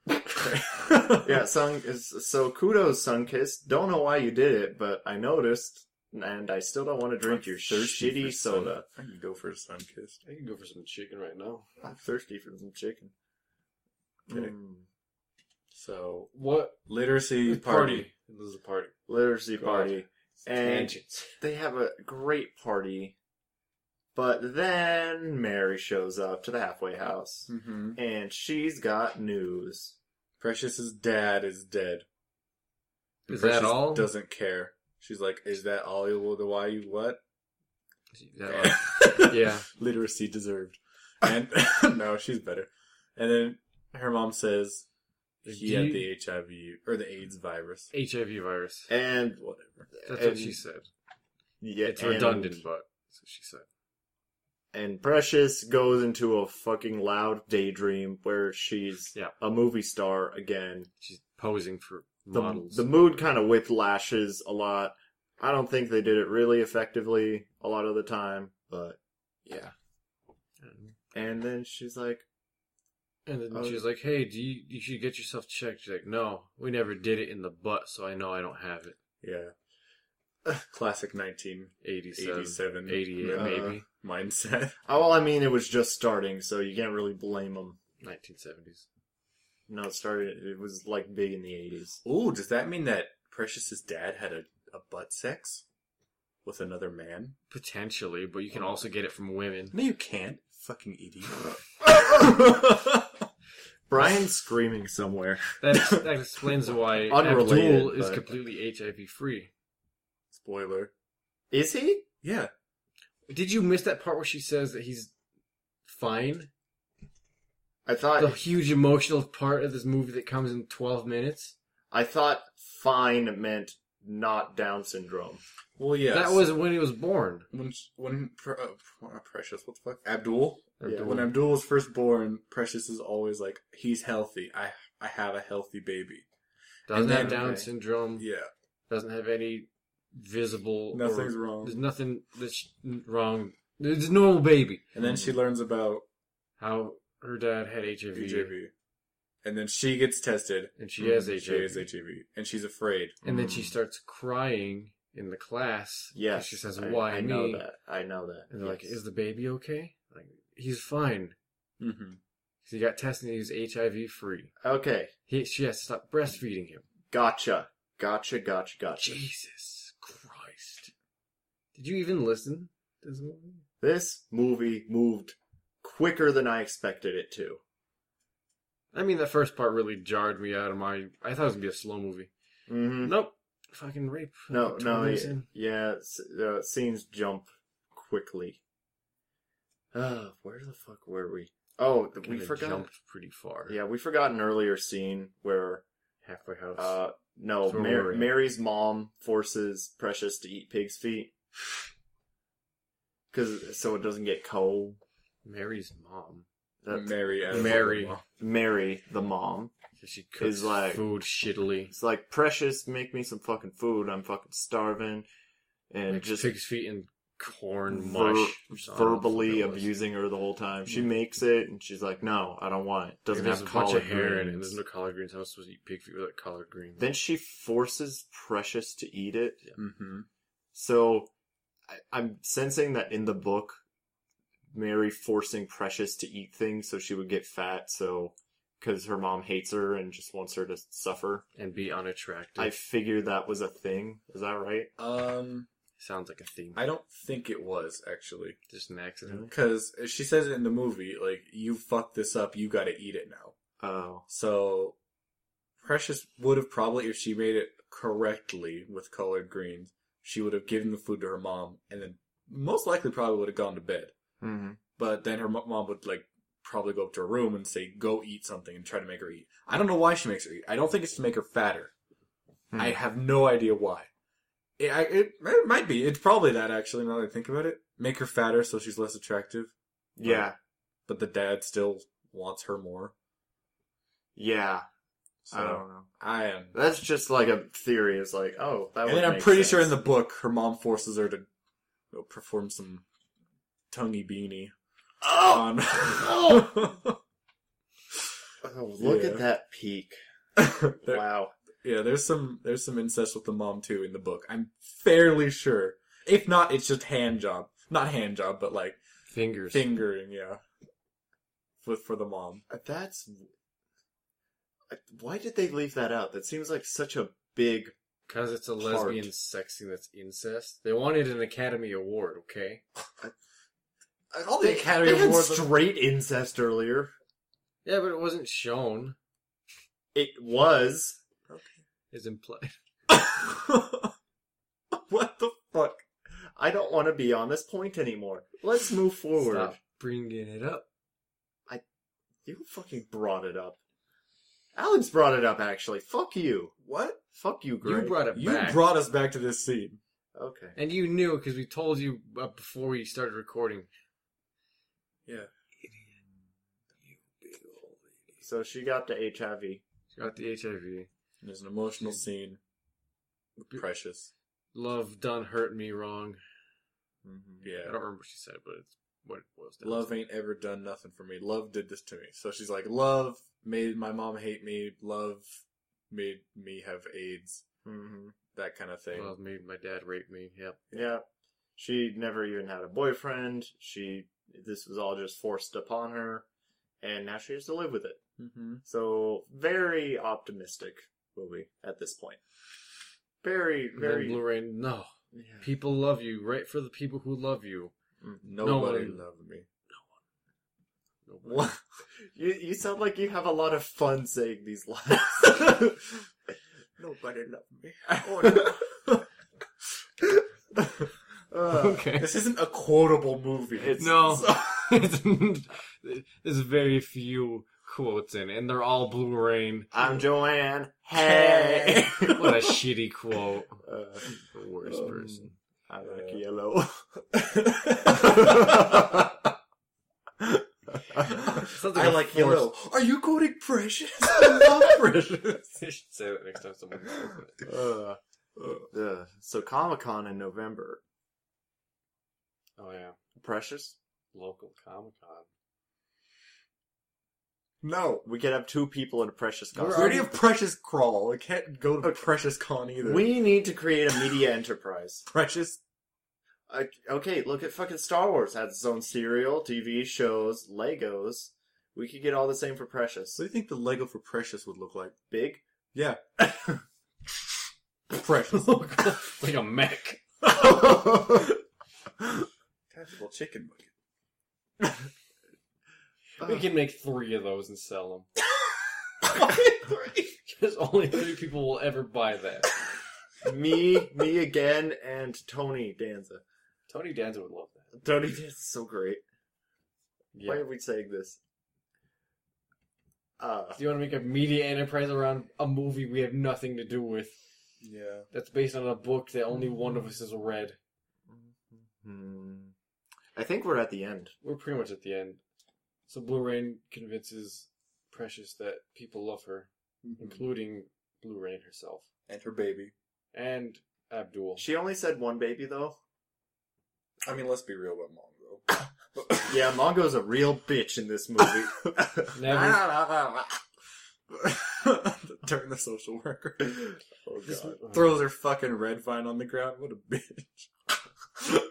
Speaker 2: Yeah, Sun is so kudos, Sunkist. Don't know why you did it, but I noticed, and I still don't want to drink your shitty soda.
Speaker 3: I can go for a sun kiss.
Speaker 1: I can go for some chicken right now.
Speaker 2: I'm thirsty for some chicken.
Speaker 3: Okay.
Speaker 2: Mm.
Speaker 3: So,
Speaker 1: What
Speaker 3: literacy
Speaker 1: party?
Speaker 3: party.
Speaker 1: This is a party.
Speaker 2: Literacy
Speaker 1: God.
Speaker 2: party, and
Speaker 1: Tangents.
Speaker 2: they have a great party. But then Mary shows up to the halfway house,
Speaker 1: Hmm.
Speaker 3: Mm-hmm.
Speaker 2: and she's got news.
Speaker 3: Precious's dad is dead.
Speaker 1: Is
Speaker 3: Precious
Speaker 1: that all?
Speaker 3: Doesn't care. She's like, is that all you the why you what?
Speaker 1: Is that all? yeah.
Speaker 3: literacy deserved. And no, she's better. And then her mom says he
Speaker 1: Do
Speaker 3: had
Speaker 1: you-
Speaker 3: the HIV or the AIDS virus.
Speaker 1: HIV virus.
Speaker 2: And
Speaker 3: Whatever.
Speaker 1: That's
Speaker 2: and-
Speaker 1: what she said.
Speaker 2: yeah,
Speaker 1: it's
Speaker 2: and-
Speaker 1: redundant, but that's what she said.
Speaker 2: and Precious goes into a fucking loud daydream where she's
Speaker 1: Yeah.
Speaker 2: a movie star again.
Speaker 1: She's posing for
Speaker 2: The,
Speaker 1: models.
Speaker 2: the mood kind of whiplashes a lot. I don't think they did it really effectively a lot of the time, but yeah. And then she's like,
Speaker 1: and then
Speaker 2: Oh.
Speaker 1: she's like, "Hey, do you you should get yourself checked?" She's like, "No, we never did it in the butt, so I know I don't have it."
Speaker 3: Yeah. Classic 1987
Speaker 1: 87, 88
Speaker 3: uh,
Speaker 1: maybe
Speaker 3: mindset.
Speaker 2: "Oh, well, I mean, it was just starting, so you can't really blame them."
Speaker 1: 1970s.
Speaker 2: No, it started. It was like big in the eighties.
Speaker 3: Ooh, does that mean that Precious's dad had a, a butt sex with another man?
Speaker 1: Potentially, but you
Speaker 2: Oh.
Speaker 1: can also get it from women.
Speaker 3: No, you can't. Fucking idiot.
Speaker 2: Brian's screaming somewhere.
Speaker 1: That, that explains why
Speaker 2: Unrelated,
Speaker 1: Abdul is
Speaker 2: but-
Speaker 1: completely HIV free.
Speaker 3: Spoiler.
Speaker 2: Is he?
Speaker 3: Yeah.
Speaker 1: Did you miss that part where she says that he's fine?
Speaker 2: I
Speaker 3: Uh,
Speaker 2: thought.
Speaker 1: The huge emotional part of this movie that comes in 12 minutes?
Speaker 2: I thought fine meant not Down syndrome.
Speaker 3: Well, yes.
Speaker 1: That was when he was born.
Speaker 3: when sh- when Pre- uh, uh, Precious, what the fuck, Abdul.
Speaker 2: Yeah.
Speaker 3: When Abdul was first born, Precious is always like, "He's healthy. I I have a healthy baby."
Speaker 1: Doesn't
Speaker 3: And
Speaker 1: have
Speaker 3: then-
Speaker 1: Down
Speaker 3: okay.
Speaker 1: syndrome.
Speaker 3: Yeah,
Speaker 1: Doesn't have any visible.
Speaker 3: nothing's
Speaker 1: or- There's
Speaker 3: wrong.
Speaker 1: nothing that's wrong. It's a normal baby.
Speaker 3: And then she learns about
Speaker 1: How her dad had HIV.
Speaker 3: HIV, and then she gets tested.
Speaker 1: And she has HIV.
Speaker 3: Mm-hmm. She has HIV, and she's afraid.
Speaker 1: And then she
Speaker 3: Mm-hmm.
Speaker 1: starts crying in the class.
Speaker 2: Yes,
Speaker 1: And She says,
Speaker 2: I-
Speaker 1: Why
Speaker 2: I,
Speaker 1: me?
Speaker 2: know that. I know that.
Speaker 1: And they're like,
Speaker 2: Yes.
Speaker 1: Is the baby okay? Like, he's fine.
Speaker 3: Mm-hmm.
Speaker 1: He got tested and he's HIV free.
Speaker 2: okay,
Speaker 1: He, she has to stop breastfeeding him. Oh,
Speaker 2: gotcha, gotcha, gotcha, gotcha.
Speaker 1: Jesus Christ. Did you even listen to this movie?
Speaker 2: This movie moved quicker than I expected it to.
Speaker 1: I mean, the first part really jarred me out of my. I thought it was going to be a slow movie.
Speaker 2: Mm-hmm.
Speaker 1: Nope. Fucking rape.
Speaker 2: No,
Speaker 1: Like, 20
Speaker 2: no, yeah,
Speaker 1: minutes in.
Speaker 2: yeah s- uh, scenes jump quickly. Uh, where the fuck were we? Oh, th- we
Speaker 1: Kinda
Speaker 2: forgot.
Speaker 1: Jumped pretty far.
Speaker 2: Yeah, we forgot an earlier scene where
Speaker 1: Halfway house.
Speaker 2: Uh, no,
Speaker 1: So
Speaker 2: Mar-
Speaker 1: we're in.
Speaker 2: Mary's mom forces Precious to eat pig's feet. Cause, so it doesn't get cold.
Speaker 1: Mary's mom.
Speaker 2: That's
Speaker 3: Mary, Abdul.
Speaker 1: Mary.
Speaker 2: Mary, the mom.
Speaker 1: She cooks
Speaker 2: Is like-
Speaker 1: food shittily.
Speaker 2: It's like, Precious, make me some fucking food. I'm fucking starving. And
Speaker 1: Like
Speaker 2: just
Speaker 1: pig's feet and corn
Speaker 2: ver-
Speaker 1: mush. or something.
Speaker 2: verbally
Speaker 1: I don't know what it was. Hmm.
Speaker 2: abusing her the whole time. She makes it and she's like, no, I don't want it. Doesn't
Speaker 1: There's
Speaker 2: have
Speaker 1: a bunch of
Speaker 2: collard
Speaker 1: hair in it.
Speaker 2: greens.
Speaker 1: There's no collard greens. How am I supposed to eat pig feet without collard greens?
Speaker 2: Then she forces Precious to eat it.
Speaker 3: Mm-hmm.
Speaker 2: So I, I'm sensing that in the book, Mary forcing Precious to eat things so she would get fat. So because her mom hates her and just wants her to suffer.
Speaker 1: and be unattractive.
Speaker 2: I figured that was a thing. Is that right?
Speaker 3: Um,
Speaker 1: Sounds like a theme.
Speaker 3: I Mm-hmm. don't think it was actually,
Speaker 1: Just an accident.
Speaker 3: because she says it in the movie. Like, you fucked this up. You got to eat it now.
Speaker 2: Oh,
Speaker 3: So Precious would have probably, if she made it correctly with collard greens, she would have given the food to her mom, and then most likely probably would have gone to bed.
Speaker 2: mm-hmm.
Speaker 3: But then her mo- mom would like probably go up to her room and say, "Go eat something," and try to make her eat. I don't know why she makes her eat. I don't think it's to make her fatter.
Speaker 2: Hmm.
Speaker 3: I have no idea why. It, I, it, it might be. It's probably that actually. Now that I think about it, make her fatter so she's less attractive.
Speaker 2: yeah,
Speaker 3: But the dad still wants her more.
Speaker 2: yeah.
Speaker 3: So
Speaker 2: I don't know.
Speaker 3: I am
Speaker 2: That's just like a theory. It's like, oh, that.
Speaker 3: And
Speaker 2: would
Speaker 3: then I'm
Speaker 2: make
Speaker 3: pretty
Speaker 2: sense.
Speaker 3: sure in the book, her mom forces her to uh, perform some tonguey beanie.
Speaker 2: oh,
Speaker 3: On...
Speaker 2: oh, look
Speaker 3: Yeah.
Speaker 2: at that peak!
Speaker 3: There-
Speaker 2: Wow.
Speaker 3: Yeah, there's some there's some incest with the mom too in the book. I'm fairly sure. If not, it's just hand job, not hand job, but like
Speaker 1: Fingers.
Speaker 3: fingering. Yeah, for for the mom.
Speaker 2: That's. Why did they leave that out? That seems like such a big.
Speaker 1: Because it's a
Speaker 2: Heart.
Speaker 1: lesbian sex scene that's incest. They wanted an Academy Award, okay?
Speaker 3: All
Speaker 2: They, they had straight incest earlier.
Speaker 1: Yeah, but it wasn't shown.
Speaker 2: It was.
Speaker 1: It's implied.
Speaker 3: what the fuck?
Speaker 2: I don't want to be on this point anymore. Let's move forward.
Speaker 1: Stop bringing it up.
Speaker 2: You fucking brought it up. Alex brought it up, actually. Fuck you.
Speaker 3: What?
Speaker 2: Fuck you, Greg.
Speaker 1: You brought it
Speaker 3: You
Speaker 1: back.
Speaker 3: brought us back to this scene.
Speaker 2: Okay.
Speaker 1: and you knew because we told you uh, before we started recording.
Speaker 3: Yeah.
Speaker 2: So she got the HIV.
Speaker 1: She got the HIV.
Speaker 3: There's an emotional scene. with Precious.
Speaker 1: Love done hurt me wrong.
Speaker 2: Mm-hmm.
Speaker 1: I don't
Speaker 3: Yeah.
Speaker 1: remember what she said, but it's what it was.
Speaker 3: Love ain't ever done nothing for me. Love did this to me. So she's like, love made my mom hate me. Love made me have AIDS.
Speaker 2: Mm-hmm.
Speaker 3: That kind of thing.
Speaker 1: Love made my dad rape me. Yep.
Speaker 2: Yeah. She never even had a boyfriend. She this was all just forced upon her, and now she has to live with it.
Speaker 3: Mm-hmm.
Speaker 2: So very optimistic movie at this point. Very
Speaker 1: Very
Speaker 2: very
Speaker 1: Blue Rain. No,
Speaker 2: yeah.
Speaker 1: people love you. Right for the people who love you.
Speaker 3: Nobody
Speaker 1: one-
Speaker 3: loved me.
Speaker 1: Nobody.
Speaker 3: What?
Speaker 2: Mm. You, you sound like you have a lot of fun saying these lines.
Speaker 3: Nobody loved me. Oh,
Speaker 2: Uh,
Speaker 1: Okay.
Speaker 3: this isn't a quotable movie. It's
Speaker 1: No. There's very few quotes in, it, and they're all Blue Rain.
Speaker 2: I'm Joanne. Hey.
Speaker 1: What a shitty quote.
Speaker 2: Uh,
Speaker 1: The worst
Speaker 3: Um,
Speaker 1: person.
Speaker 2: I like
Speaker 3: Yeah.
Speaker 2: yellow.
Speaker 3: I like yellow. Are you quoting Precious? I love Precious.
Speaker 1: I should say that next time someone says it.
Speaker 2: Uh, uh, so Comic Con in November.
Speaker 1: Oh yeah,
Speaker 2: Precious.
Speaker 1: local Comic Con.
Speaker 3: No.
Speaker 2: We could have two people in a Precious
Speaker 3: We already
Speaker 2: costume.
Speaker 3: have Precious Crawl. I can't go to Precious Con either.
Speaker 2: We need to create a media enterprise.
Speaker 3: Precious.
Speaker 2: I, okay, look at fucking Star Wars had its own serial, TV shows, Legos. We could get all the same for Precious.
Speaker 3: What do you think the Lego for Precious would look like?
Speaker 2: Big.
Speaker 3: Yeah. Precious.
Speaker 1: like a mech.
Speaker 3: Tactical chicken bucket. Uh.
Speaker 1: We can make three of those and sell them.
Speaker 2: Three.
Speaker 1: Because only three people will ever buy that.
Speaker 2: me, me again, and Tony Danza.
Speaker 1: Tony Danza would love that.
Speaker 2: Tony Danza's so great.
Speaker 1: Yeah.
Speaker 2: Why are we saying this? Uh,
Speaker 1: Do you want to make a media enterprise around a movie we have nothing to do with?
Speaker 3: Yeah.
Speaker 1: That's based on a book that only one of us has read.
Speaker 2: hmm. I think we're at the end.
Speaker 1: We're pretty much at the end. So Blue Rain convinces Precious that people love her,
Speaker 3: Mm-hmm.
Speaker 1: including Blue Rain herself
Speaker 3: And her baby.
Speaker 1: and Abdul.
Speaker 2: She only said one baby though.
Speaker 3: I mean, let's be real about Mongo.
Speaker 2: Yeah, Mongo's a real bitch in this movie. Ah!
Speaker 1: Never.
Speaker 3: Turn the social worker.
Speaker 2: oh
Speaker 1: This-
Speaker 2: god.
Speaker 3: Throws her fucking red vine on the ground. What a bitch.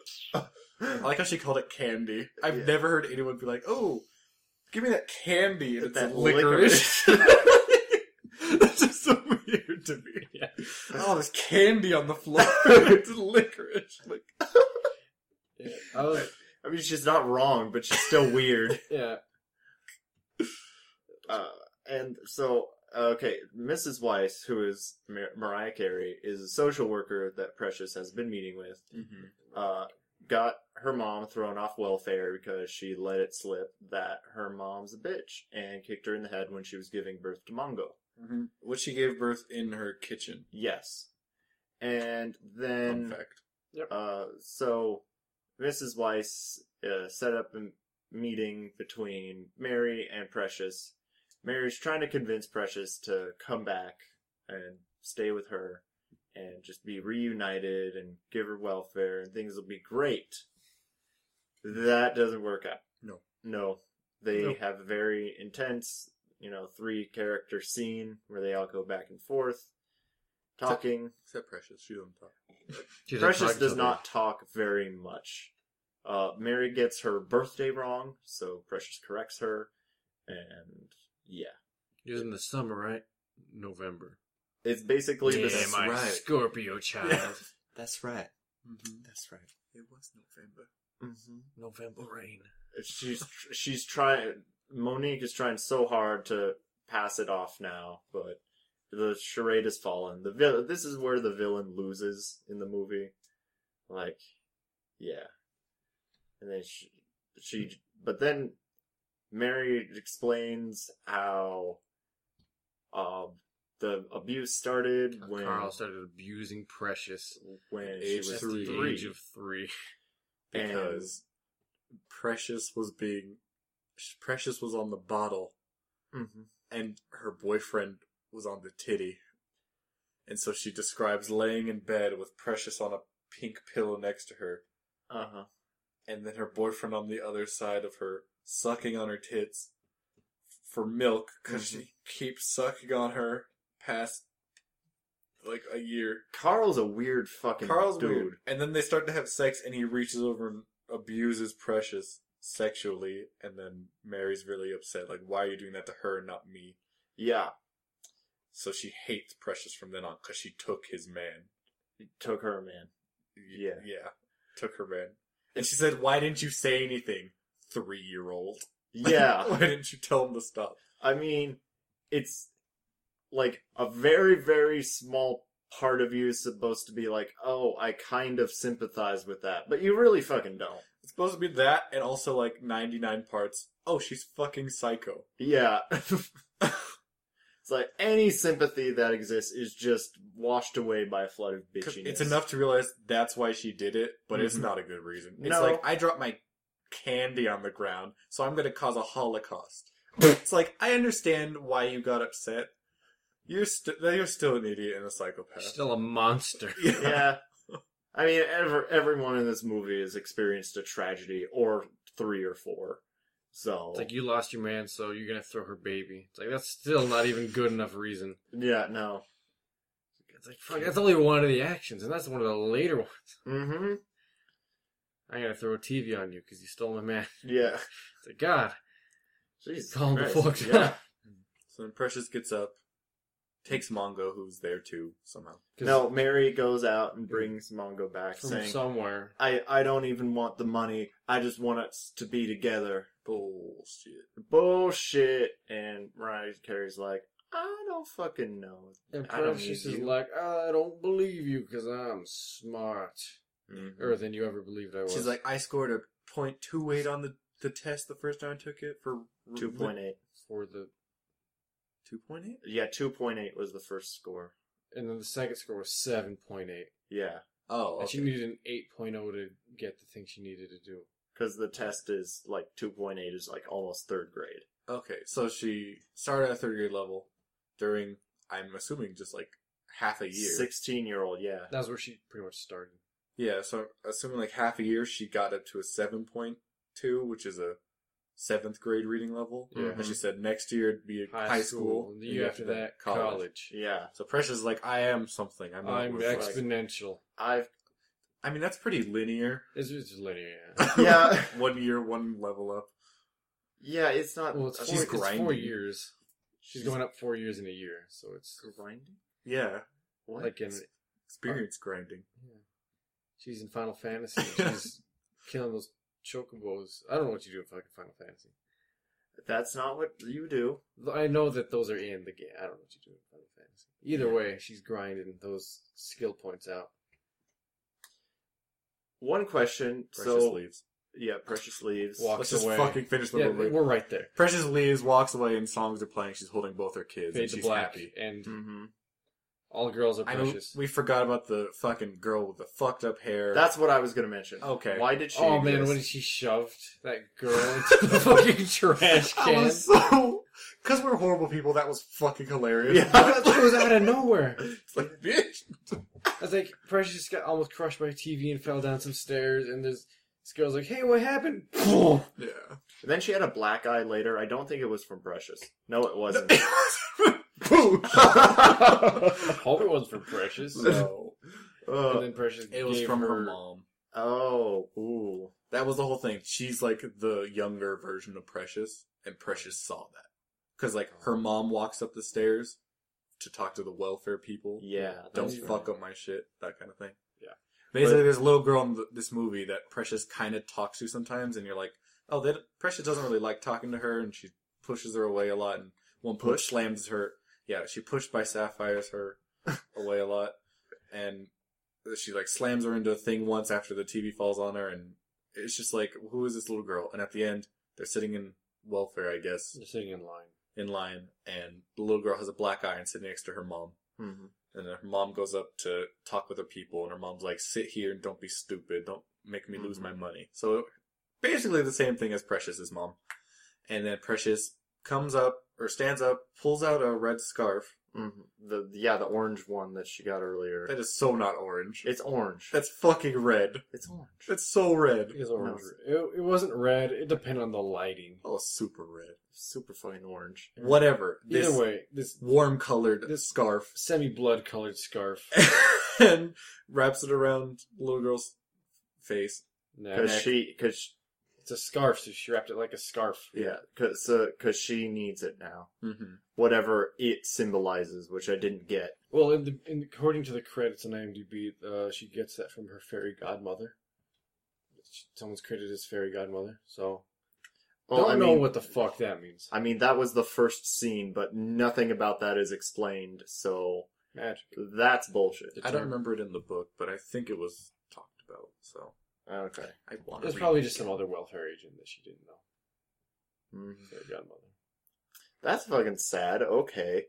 Speaker 3: I like how she called it candy. I've
Speaker 2: Yeah.
Speaker 3: never heard anyone be like, oh, give me that candy. And it's
Speaker 2: That
Speaker 3: licorice. That's just so weird to me.
Speaker 1: Yeah.
Speaker 3: Oh, there's candy on the floor. it's licorice. Like,
Speaker 1: Yeah. I was,
Speaker 2: I mean, she's not wrong, but she's still weird.
Speaker 1: yeah.
Speaker 2: Uh, and so, okay, Mrs. Weiss, who is Mar- Mariah Carey, is a social worker that Precious has been meeting with.
Speaker 3: Mm-hmm.
Speaker 2: Uh, got her mom thrown off welfare because she let it slip that her mom's a bitch and kicked her in the head when she was giving birth to Mongo.
Speaker 3: What she gave birth in her kitchen.
Speaker 2: Yes. And
Speaker 3: Fun
Speaker 2: then.
Speaker 3: fact.
Speaker 2: Uh, so Mrs. Weiss uh, set up a meeting between Mary and Precious. Mary's trying to convince Precious to come back and stay with her and just be reunited and give her welfare and things will be great. That doesn't work out.
Speaker 3: No.
Speaker 2: No. They
Speaker 1: No.
Speaker 2: have a very intense, you know, three character scene where they all go back and forth talking.
Speaker 3: Except Precious. She doesn't talk.
Speaker 1: She doesn't
Speaker 2: Precious
Speaker 1: talk
Speaker 2: does
Speaker 1: to
Speaker 2: not talk very much. Uh, Mary gets her birthday wrong, so Precious corrects her, and yeah,
Speaker 1: her. It was in the summer, right? November.
Speaker 2: it's basically
Speaker 1: Damn,
Speaker 2: the
Speaker 3: that's
Speaker 1: my
Speaker 3: right.
Speaker 1: Scorpio child.
Speaker 2: That's right. That's right.
Speaker 3: Mm-hmm. It was November.
Speaker 2: Mm-hmm.
Speaker 1: November rain.
Speaker 2: She's she's trying. Monique is trying so hard to pass it off now, but the charade has fallen. The vil- this is where the villain loses in the movie. Like, yeah, and then she, she but then Mary explains how um the abuse started when
Speaker 1: Carl started abusing Precious
Speaker 2: when
Speaker 3: at
Speaker 2: she
Speaker 3: age
Speaker 2: was
Speaker 1: at
Speaker 2: three. Uh-huh.
Speaker 1: the age of three.
Speaker 2: And-
Speaker 3: Because Precious was being Precious was on the bottle
Speaker 2: Mm-hmm.
Speaker 3: and her boyfriend was on the titty. And so she describes laying in bed with Precious on a pink pillow next to her,
Speaker 2: Uh
Speaker 3: Uh-huh.
Speaker 2: huh.
Speaker 3: and then her boyfriend on the other side of her, sucking on her tits for milk because she
Speaker 2: Mm-hmm.
Speaker 3: keeps sucking on her past like a year.
Speaker 2: Carl's a weird fucking
Speaker 3: Carl's
Speaker 2: dude.
Speaker 3: weird. And then they start to have sex, and he reaches over and abuses Precious sexually, and then Mary's really upset. Like, why are you doing that to her and not me?
Speaker 2: Yeah,
Speaker 3: So she hates Precious from then on because she took his man.
Speaker 2: he took her man.
Speaker 3: Y-
Speaker 2: Yeah.
Speaker 3: Yeah. Took her man. And she said, why didn't you say anything? Three year old.
Speaker 2: Yeah,
Speaker 3: why didn't you tell him to stop?
Speaker 2: I mean, it's like a very very small part of you is supposed to be like, oh, I kind of sympathize with that, but you really fucking don't.
Speaker 3: It's supposed to be that and also like 99 parts. Oh, she's fucking psycho.
Speaker 2: Yeah. it's like any sympathy that exists is just washed away by a flood of
Speaker 3: 'Cause
Speaker 2: bitchiness.
Speaker 3: It's enough to realize that's why she did it, but it's
Speaker 2: Mhm.
Speaker 3: not a good reason. It's
Speaker 2: No.
Speaker 3: like I dropped my candy on the ground, so I'm going to cause a holocaust. it's like I understand why you got upset. You're st- you're still an idiot and a psychopath.
Speaker 1: Still a monster.
Speaker 2: Yeah. I mean, ever, everyone in this movie has experienced a tragedy or three or four. So
Speaker 1: It's like you lost your man, so you're gonna throw her baby. It's like that's still not even good enough reason.
Speaker 2: yeah, no.
Speaker 1: It's like fuck, that's only one of the actions, and that's one of the later ones.
Speaker 2: Mm-hmm.
Speaker 1: I'm gonna throw a TV on you because you stole my man.
Speaker 2: Yeah.
Speaker 1: It's like God,
Speaker 2: Jeez.
Speaker 1: calm the fuck
Speaker 2: Christ.
Speaker 1: down.
Speaker 2: Yeah.
Speaker 3: So then Precious gets up, takes Mongo, who's there too somehow.
Speaker 1: 'Cause
Speaker 2: No, Mary goes out and brings Mongo back,
Speaker 1: from
Speaker 2: saying,
Speaker 1: somewhere.
Speaker 2: "I I don't even want the money. I just want us to be together."
Speaker 3: Bullshit.
Speaker 2: Bullshit. And Mariah Carey's like, "I don't fucking know."
Speaker 1: And
Speaker 2: I don't
Speaker 1: Precious
Speaker 2: need
Speaker 1: is
Speaker 2: you.
Speaker 1: like, I don't believe you because I'm smart,
Speaker 2: Mm-hmm.
Speaker 1: or than you ever believed I was.
Speaker 3: She's like, I scored a point two eight on the the test the first time I took it for
Speaker 2: Two point eight.
Speaker 1: for the
Speaker 3: Two point eight.
Speaker 2: Yeah, two point eight was the first score.
Speaker 1: and then the second score was seven point eight,
Speaker 2: Yeah,
Speaker 3: Oh,
Speaker 1: and she
Speaker 3: okay.
Speaker 1: needed an 8.0 to get the thing she needed to do.
Speaker 2: because the test is like two point eight is like almost third grade.
Speaker 3: Okay, so she started at third grade level during, I'm assuming, just like half a year.
Speaker 2: Sixteen year old. Yeah.
Speaker 1: That's where she pretty much started.
Speaker 3: Yeah, so I'm assuming like half a year, she got up to a seven point two, which is a seventh grade reading level.
Speaker 1: Yeah.
Speaker 3: And
Speaker 2: Mm-hmm.
Speaker 3: she said next year it'd be high,
Speaker 1: Mm-hmm.
Speaker 3: school.
Speaker 1: and
Speaker 3: and
Speaker 1: the year after that, college.
Speaker 2: Yeah.
Speaker 3: So Precious is like, I am something. I'm. not
Speaker 1: I'm
Speaker 3: worthless."
Speaker 1: exponential.
Speaker 2: I've.
Speaker 3: I mean, that's pretty linear.
Speaker 1: It's just linear. yeah.
Speaker 2: Yeah.
Speaker 3: one year, one level up.
Speaker 2: Yeah, it's not.
Speaker 1: Well, it's four,
Speaker 3: She's
Speaker 1: it's four
Speaker 3: grinding.
Speaker 1: years. She's, going up four years in a year, so it's
Speaker 2: grinding.
Speaker 3: Yeah,
Speaker 2: What?
Speaker 1: like in
Speaker 3: experience grinding.
Speaker 1: she's in Final Fantasy. and She's killing those chocobos. I don't know what you do in fucking Final Fantasy.
Speaker 2: That's not what you do.
Speaker 1: I know that those are in the game. I don't know what you do in Final Fantasy. Either way, she's grinding those skill points out.
Speaker 2: One question.
Speaker 3: Precious
Speaker 2: so
Speaker 3: leaves.
Speaker 2: yeah, precious leaves.
Speaker 1: Walk-
Speaker 3: Let's
Speaker 1: walks
Speaker 3: just
Speaker 1: away.
Speaker 3: fucking finish the
Speaker 1: Yeah,
Speaker 3: movie.
Speaker 1: we're right there.
Speaker 3: Precious leaves, walks away, and songs are playing. She's holding both her kids,
Speaker 1: Fade
Speaker 3: and
Speaker 1: to
Speaker 3: she's
Speaker 1: black,
Speaker 3: happy.
Speaker 1: and
Speaker 2: hmm
Speaker 1: all girls are
Speaker 3: I know
Speaker 1: precious.
Speaker 3: we forgot about the fucking girl with the fucked up hair.
Speaker 2: That's what I was gonna mention.
Speaker 3: okay.
Speaker 2: Why did she?
Speaker 1: oh man,
Speaker 2: exist?
Speaker 1: when she shoved that girl into the fucking trash
Speaker 3: That
Speaker 1: can.
Speaker 3: was so. Because we're horrible people. That was fucking hilarious.
Speaker 2: Yeah.
Speaker 1: it was out of nowhere.
Speaker 3: it's like bitch.
Speaker 1: I was like, Precious got almost crushed by a TV and fell down some stairs, and there's this girl's like, "Hey, what happened?"
Speaker 3: Yeah.
Speaker 2: And then she had a black eye later. I don't think it was from Precious. No, it wasn't.
Speaker 1: Hope it wasn't for Precious.
Speaker 3: no,
Speaker 2: Uh,
Speaker 1: And then Precious
Speaker 3: it was
Speaker 1: gave
Speaker 3: from her
Speaker 1: her
Speaker 3: mom.
Speaker 2: oh, ooh.
Speaker 3: That was the whole thing. She's like the younger version of Precious, and Precious saw that. Because, like, her mom walks up the stairs to talk to the welfare people.
Speaker 2: Yeah,
Speaker 3: Don't
Speaker 2: that's
Speaker 3: fuck up my shit, that kind of thing.
Speaker 1: Yeah.
Speaker 3: Basically,
Speaker 2: But-
Speaker 3: there's a little girl in th this movie that Precious kind of talks to sometimes, and you're like, oh, that Precious doesn't really like talking to her, and she pushes her away a lot, and one punch
Speaker 2: Push?
Speaker 3: slams her. Yeah, she pushed by sapphires her away a lot, and she like slams her into a thing once after the TV falls on her, and it's just like, who is this little girl? And at the end, they're sitting in welfare, I guess,
Speaker 1: They're sitting in line.
Speaker 3: in line, and the little girl has a black eye and sitting next to her mom.
Speaker 2: Mhm.
Speaker 3: And then her mom goes up to
Speaker 1: Mm-hmm.
Speaker 3: talk with her people, and her mom's like, "Sit here and don't be stupid. Don't make me lose
Speaker 2: Mhm.
Speaker 3: my money." So basically the same thing as Precious's mom. And then Precious comes up or stands up, pulls out a red scarf
Speaker 2: Mhm. The yeah, the orange one that she got earlier.
Speaker 3: that is so not orange.
Speaker 2: It's orange.
Speaker 3: That's fucking red.
Speaker 2: it's orange.
Speaker 3: That's so red.
Speaker 1: It was orange. It, it wasn't red. It depended on the lighting.
Speaker 3: Oh, super red.
Speaker 2: Super fucking orange.
Speaker 3: Whatever.
Speaker 1: Either
Speaker 3: This
Speaker 1: way, this
Speaker 3: warm colored
Speaker 1: This-
Speaker 3: scarf
Speaker 1: semi blood colored scarf.
Speaker 3: and wraps it around little girl's face.
Speaker 1: Nah,
Speaker 2: Because she, because
Speaker 1: it's a scarf, so she wrapped it like a scarf.
Speaker 2: yeah, because uh 'cause she needs it now.
Speaker 3: Mm-hmm.
Speaker 2: Whatever it symbolizes, which I didn't get.
Speaker 1: Well, in the, in, according to the credits on IMDb, uh, she gets that from her fairy godmother. Someone's credited as fairy godmother, so
Speaker 2: Well,
Speaker 1: don't
Speaker 2: I
Speaker 1: know
Speaker 2: mean,
Speaker 1: what the fuck that means.
Speaker 2: I mean that was the first scene, but nothing about that is explained. So
Speaker 1: Magic.
Speaker 2: that's bullshit.
Speaker 3: I don't remember it in the book, but I think it was talked about. So
Speaker 2: Okay.
Speaker 3: I want to.
Speaker 1: It's probably just some other welfare agent that she didn't know.
Speaker 2: Mhm.
Speaker 1: Fairy godmother.
Speaker 2: That's fucking sad. Okay.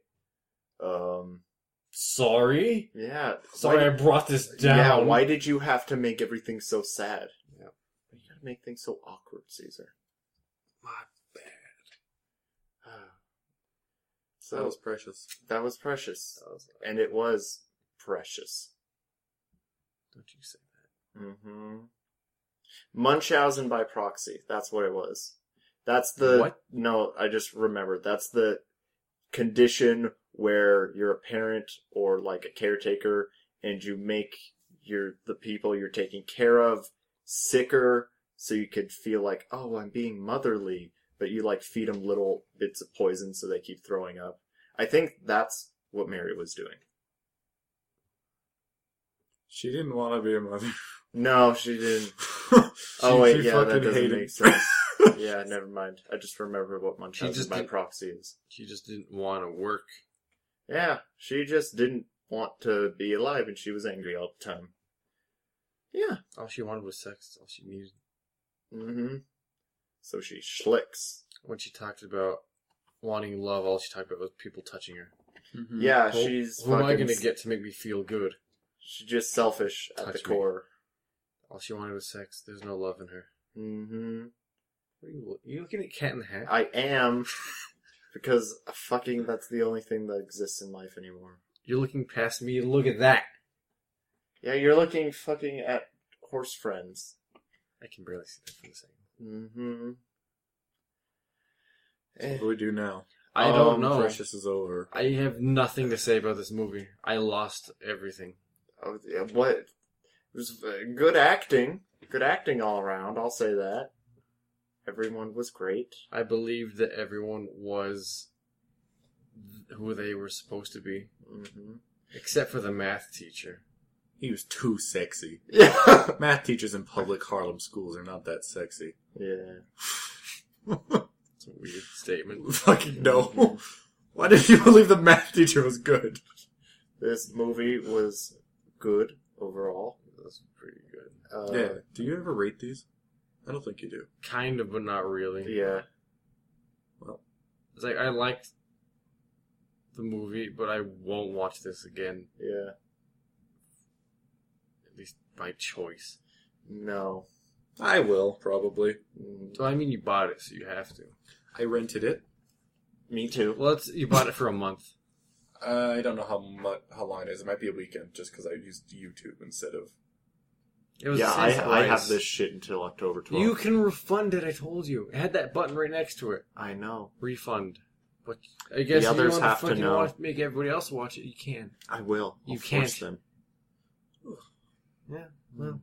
Speaker 2: Um.
Speaker 1: Sorry,
Speaker 2: Yeah.
Speaker 1: sorry,
Speaker 2: Why-
Speaker 1: I brought this down.
Speaker 2: Yeah, why did you have to make everything so sad?
Speaker 1: Yeah.
Speaker 2: You gotta make things so awkward, Caesar.
Speaker 3: My
Speaker 2: bad. Ah. so
Speaker 3: That was precious.
Speaker 2: that was precious. And it was precious.
Speaker 1: Don't you say
Speaker 2: Mm-hmm. Munchausen by proxy. That's what it was. That's the
Speaker 3: What?
Speaker 2: no. I just remembered. That's the condition where you're a parent or like a caretaker, and you make your the people you're taking care of sicker, so you could feel like, oh, I'm being motherly, but you like feed them little bits of poison so they keep throwing up. I think that's what Mary was doing.
Speaker 3: She didn't want to be a mother.
Speaker 2: No, she didn't.
Speaker 3: She-
Speaker 2: oh wait,
Speaker 3: she
Speaker 2: yeah, that
Speaker 3: fucking
Speaker 2: doesn't
Speaker 3: hated-
Speaker 2: make sense. yeah, never mind. I just remembered what Munchausen
Speaker 1: She just
Speaker 2: by
Speaker 1: didn't-
Speaker 2: proxy is.
Speaker 1: She just didn't want to work.
Speaker 2: Yeah, she just didn't want to be alive, and she was angry all the time. Yeah.
Speaker 1: All she wanted was sex. All she needed.
Speaker 2: Mm-hmm. So she schlicks.
Speaker 1: When she talked about wanting love, all she talked about was people touching her.
Speaker 3: Mhm.
Speaker 2: Yeah,
Speaker 1: Well,
Speaker 2: she's
Speaker 1: Mm, Who am I
Speaker 2: fucking-
Speaker 1: going to get to make me feel good?
Speaker 2: She's just selfish at the
Speaker 1: Touch me.
Speaker 2: core.
Speaker 1: All she wanted was sex. There's no love in her.
Speaker 2: Mm-hmm.
Speaker 1: What are you, look- you looking at Cat in the Hat?
Speaker 2: I am because uh, fucking that's the only thing that exists in life anymore.
Speaker 1: You're looking past me and look at that.
Speaker 2: Yeah, you're looking fucking at horse friends.
Speaker 1: I can barely see that from the second.
Speaker 2: Mm-hmm. Eh,
Speaker 3: What do we do now?
Speaker 1: I don't
Speaker 2: Um,
Speaker 1: know.
Speaker 3: Precious is over.
Speaker 1: I have nothing to say about this movie. I lost everything.
Speaker 2: Oh, yeah, what? It was uh, good acting. Good acting all around. I'll say that. Everyone was great.
Speaker 1: I believed that everyone was th- who they were supposed to be,
Speaker 2: hmm
Speaker 1: except for the math teacher.
Speaker 3: He was too sexy.
Speaker 2: Yeah.
Speaker 3: Math teachers in public Harlem schools are not that sexy.
Speaker 2: yeah.
Speaker 1: It's a weird statement.
Speaker 3: Fucking
Speaker 2: Mm-hmm.
Speaker 3: no. Why did you believe the math teacher was good?
Speaker 2: This movie was good overall.
Speaker 1: That's pretty good.
Speaker 2: Uh,
Speaker 3: Do you ever rate these? I don't think you do.
Speaker 1: Kind of, but not really.
Speaker 2: Yeah.
Speaker 1: It's like I liked the movie, but I won't watch this again,
Speaker 2: Yeah.
Speaker 1: at least by choice.
Speaker 2: No.
Speaker 3: I will, probably.
Speaker 2: Mm,
Speaker 1: So I mean, you bought it, so you have to.
Speaker 3: I rented it.
Speaker 2: Me too.
Speaker 1: Well, it's, you bought it for a month.
Speaker 3: Uh, I don't know how much, how long it is. It might be a weekend, just because I used YouTube instead of.
Speaker 1: It was
Speaker 2: Yeah,
Speaker 1: the same
Speaker 2: I, I have
Speaker 1: price.
Speaker 2: this shit until October 12th.
Speaker 1: You can refund it. I told you. It had that button right next to it.
Speaker 2: I know.
Speaker 1: refund. But I guess if
Speaker 2: others
Speaker 1: you want
Speaker 2: have to
Speaker 1: to fucking
Speaker 2: know.
Speaker 1: Watch, make everybody else watch it. You can.
Speaker 2: I will. I'll
Speaker 1: You
Speaker 2: force
Speaker 1: can't.
Speaker 2: them.
Speaker 1: Yeah. Well.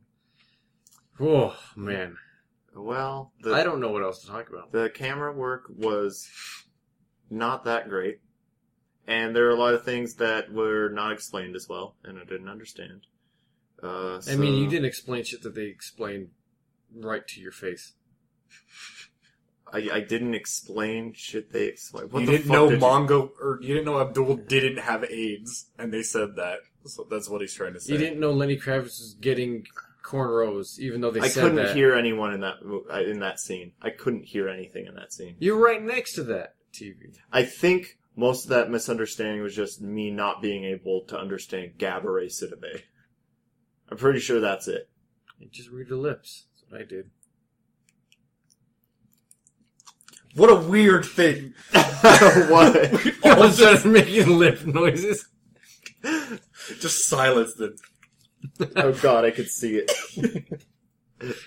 Speaker 1: Oh man,
Speaker 2: Well, the,
Speaker 1: I don't know what else to talk about.
Speaker 2: The camera work was not that great. And there are a lot of things that were not explained as well, and I didn't understand. Uh,
Speaker 1: I mean, you
Speaker 2: so
Speaker 1: didn't explain shit that they explained right to your face.
Speaker 2: I, I didn't explain shit they explained. What
Speaker 3: you
Speaker 2: the
Speaker 3: didn't
Speaker 2: fuck
Speaker 3: know
Speaker 2: did
Speaker 3: Mongo, or you didn't know Abdul didn't have AIDS, and they said that. So that's what he's trying to say.
Speaker 1: You didn't know Lenny Kravitz was getting cornrows, even though they
Speaker 2: I
Speaker 1: said
Speaker 2: couldn't
Speaker 1: that.
Speaker 2: hear anyone in that mo- uh, in that scene. I couldn't hear anything in that scene.
Speaker 1: You're right next to that TV.
Speaker 2: I think most of that misunderstanding was just me not being able to understand Gabaret Sidibe. I'm pretty sure that's it.
Speaker 1: And just read the lips. That's what I did.
Speaker 3: What a weird thing.
Speaker 2: what?
Speaker 4: All of a sudden making lip noises.
Speaker 3: Just silence them.
Speaker 2: Oh god, I could see it.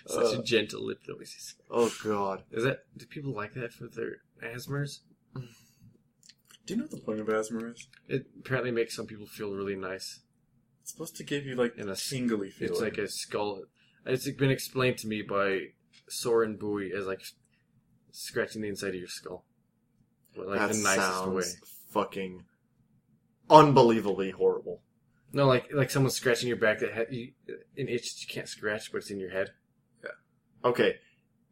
Speaker 5: Such a gentle lip noises.
Speaker 2: Oh god.
Speaker 5: Is that do people like that for their asthmas?
Speaker 3: Do you know what the point of asthma is?
Speaker 5: It apparently makes some people feel really nice.
Speaker 3: It's supposed to give you like
Speaker 5: And
Speaker 3: a
Speaker 5: a-
Speaker 3: tingly feeling.
Speaker 5: It's like a skull. It's been explained to me by Soren Bowie as like scratching the inside of your skull, but like
Speaker 2: that
Speaker 5: the nicest
Speaker 2: sounds
Speaker 5: way.
Speaker 2: fucking unbelievably horrible.
Speaker 5: No, like like someone scratching your back that ha- you, an itch that you can't scratch, but it's in your head.
Speaker 2: Okay,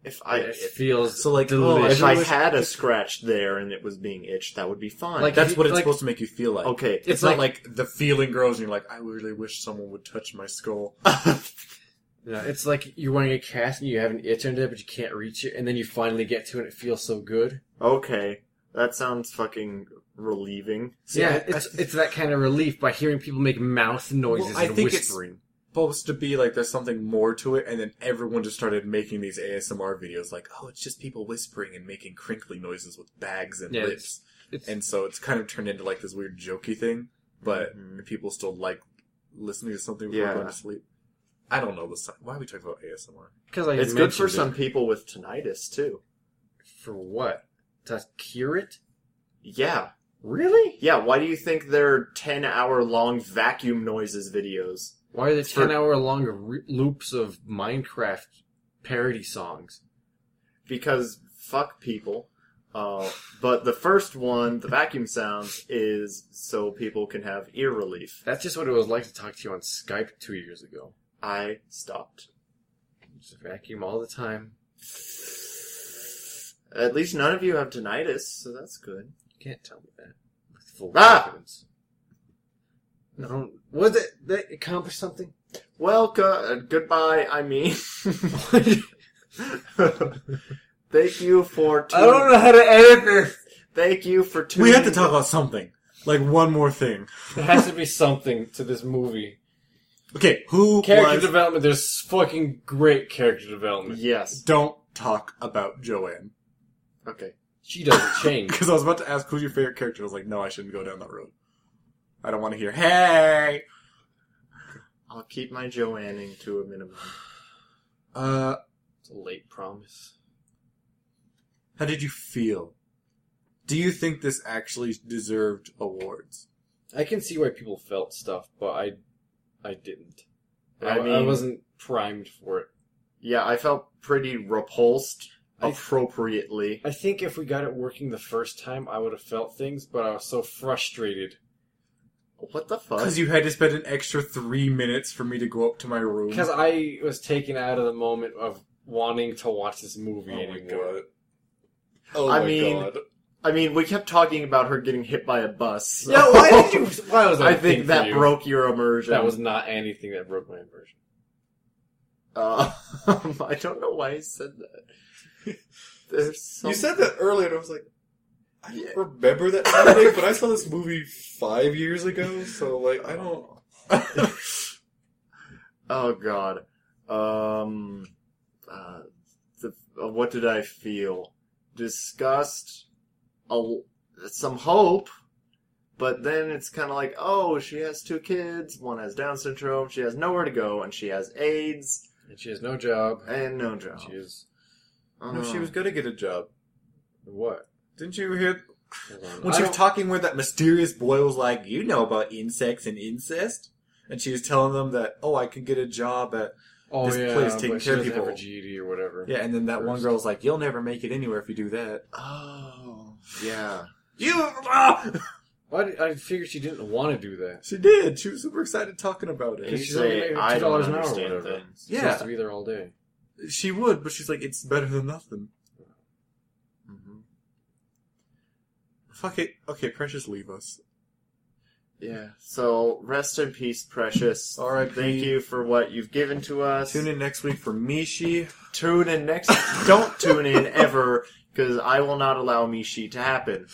Speaker 2: if I
Speaker 5: it
Speaker 2: if,
Speaker 5: feels
Speaker 3: so like
Speaker 1: Oh,
Speaker 5: delicious.
Speaker 2: if I had a scratch there and it was being itched, that would be fine.
Speaker 5: Like-
Speaker 3: that's what it's
Speaker 5: like-
Speaker 3: supposed to make you feel like.
Speaker 2: okay,
Speaker 3: It's, not like, the feeling grows and you're like, I really wish someone would touch my skull.
Speaker 5: Yeah, it's like you're wearing a cast and you have an itch under it, but you can't reach it, and then you finally get to it, and it feels so good.
Speaker 2: okay, that sounds fucking relieving.
Speaker 5: yeah, it's it's that kind of relief by hearing people make mouth noises
Speaker 3: Well, I
Speaker 5: and
Speaker 3: think it's-
Speaker 5: whispering.
Speaker 3: supposed to be like there's something more to it, and then everyone just started making these ASMR videos like, oh, it's just people whispering and making crinkly noises with bags and
Speaker 5: Yeah,
Speaker 3: lips.
Speaker 5: It's,
Speaker 3: And so it's kind of turned into like this weird jokey thing, but
Speaker 2: Mhm.
Speaker 3: people still like listening to something before
Speaker 2: Yeah.
Speaker 3: going to sleep. I don't know this. Why are we talking about ASMR?
Speaker 5: because I
Speaker 2: It's good for
Speaker 5: mentioned it.
Speaker 2: some people with tinnitus too.
Speaker 5: for what to cure it.
Speaker 2: Yeah,
Speaker 5: Really?
Speaker 2: yeah. Why do you think they're ten hour long vacuum noises videos?
Speaker 5: Why are there
Speaker 2: for-
Speaker 5: ten hour long re- loops of Minecraft parody songs?
Speaker 2: because fuck people. Uh, but the first one, the vacuum sounds, is so people can have ear relief.
Speaker 5: That's just what it was like to talk to you on Skype two years ago.
Speaker 2: I stopped.
Speaker 5: Just vacuum all the time.
Speaker 2: At least none of you have tinnitus, so that's good.
Speaker 5: You can't tell me that with full
Speaker 2: Ah!
Speaker 5: confidence. No, was it that accomplished something?
Speaker 2: Well, go- uh, goodbye. I mean, thank you for. Two-
Speaker 5: know how to edit this.
Speaker 2: Thank you for two.
Speaker 3: We have to talk about something. Like one more thing.
Speaker 1: There has to be something to this movie.
Speaker 3: Okay, who
Speaker 1: Character
Speaker 3: was?
Speaker 1: development. There's fucking great character development.
Speaker 2: Yes.
Speaker 3: Don't talk about Joanne
Speaker 2: Okay.
Speaker 1: She doesn't change.
Speaker 3: because I was about to ask who's your favorite character. I was like, no, I shouldn't go down that road. I don't want to hear. Hey,
Speaker 2: I'll keep my Joanning to a minimum.
Speaker 3: Uh,
Speaker 1: it's a late promise.
Speaker 3: how did you feel? Do you think this actually deserved awards?
Speaker 1: I can see why people felt stuff, but I, I didn't.
Speaker 2: I
Speaker 1: I, I
Speaker 2: mean-
Speaker 1: wasn't primed for it.
Speaker 2: Yeah, I felt pretty repulsed
Speaker 3: Oh.
Speaker 1: I-
Speaker 2: appropriately.
Speaker 1: I think if we got it working the first time, I would have felt things, but I was so frustrated
Speaker 2: What the fuck?
Speaker 3: Because you had to spend an extra three minutes for me to go up to my room.
Speaker 1: because I was taken out of the moment of wanting to watch this movie anymore.
Speaker 3: Oh
Speaker 2: I mean- I mean, we kept talking about her getting hit by a bus. so-
Speaker 1: Yeah, why did you? Why was that
Speaker 2: I
Speaker 1: a thing
Speaker 2: think
Speaker 1: for
Speaker 2: that
Speaker 1: you?
Speaker 2: broke your immersion.
Speaker 1: That was not anything that broke my immersion.
Speaker 2: Uh, I don't know why I said that. There's some...
Speaker 3: that earlier, and I was like, I
Speaker 2: don't Yeah.
Speaker 3: remember that but I saw this movie five years ago, so like, I don't.
Speaker 2: Oh God. Um. Uh, the, uh, what did I feel? Disgust. A, some hope. But then it's kind of like, oh, she has two kids. One has Down syndrome. She has nowhere to go, and she has AIDS
Speaker 5: And she has no job.
Speaker 2: and no job.
Speaker 5: She is
Speaker 3: no, she was gonna get a job.
Speaker 5: what?
Speaker 3: Didn't you hear?
Speaker 5: Hold on.
Speaker 3: When
Speaker 5: I
Speaker 3: she was
Speaker 5: don't-
Speaker 3: talking with that mysterious boy was like, you know about insects and incest? And she was telling them that, oh, I can get a job at
Speaker 5: oh
Speaker 3: this
Speaker 5: yeah,
Speaker 3: place taking
Speaker 5: but she
Speaker 3: care of
Speaker 5: doesn't have
Speaker 3: people.
Speaker 5: a GED or whatever.
Speaker 3: Yeah, and then that one
Speaker 5: First.
Speaker 3: girl's like, "You'll never make it anywhere if you do that."
Speaker 2: Oh, yeah.
Speaker 3: You, ah!
Speaker 5: Why did- I figured she didn't want to do that.
Speaker 3: she did. She was super excited talking about
Speaker 5: You
Speaker 3: it.
Speaker 5: She's only making
Speaker 2: I don't
Speaker 5: $2 an hour or
Speaker 2: understand
Speaker 5: whatever.
Speaker 2: things.
Speaker 5: She
Speaker 3: Yeah,
Speaker 5: has to be there all day.
Speaker 3: she would, but she's like, "It's better than nothing." Mm-hmm.
Speaker 2: hmm
Speaker 3: Fuck it. Okay, Precious, leave us.
Speaker 2: Yeah. So rest in peace, Precious.
Speaker 3: R.I.P.
Speaker 2: Thank you for what you've given to us.
Speaker 3: Tune in next week for Mishi.
Speaker 2: Tune in next. Don't tune in ever, because I will not allow Mishi to happen.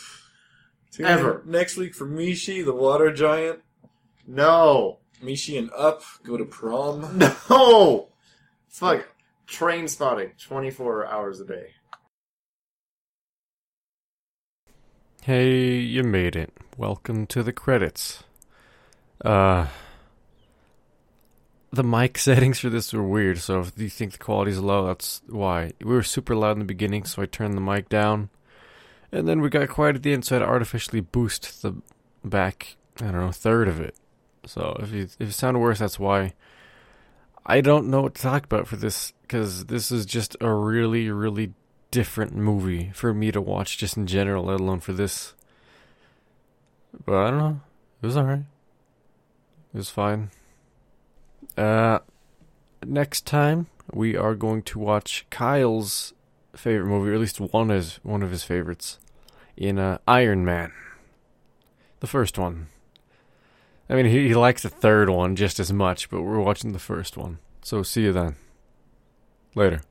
Speaker 3: Tune
Speaker 2: Ever.
Speaker 3: in next week for Mishi, the water giant.
Speaker 2: No.
Speaker 3: Mishi and Up go to prom.
Speaker 2: No. Fuck. Train spotting, twenty four hours a day.
Speaker 1: Hey, you made it. Welcome to the credits. Uh, the mic settings for this were weird, so if you think the quality's low, that's why. We were super loud in the beginning, so I turned the mic down. And then we got quiet at the end, so I had to artificially boost the back, I don't know, third of it. So if you, if it sounded worse, that's why. I don't know what to talk about for this, because this is just a really, really different movie for me to watch just in general, let alone for this. But I don't know. It was alright. It was fine. Uh, next time we are going to watch Kyle's favorite movie, or at least one is one of his favorites, in uh, Iron Man. The first one. I mean, he, he likes the third one just as much, but we're watching the first one. So see you then. Later.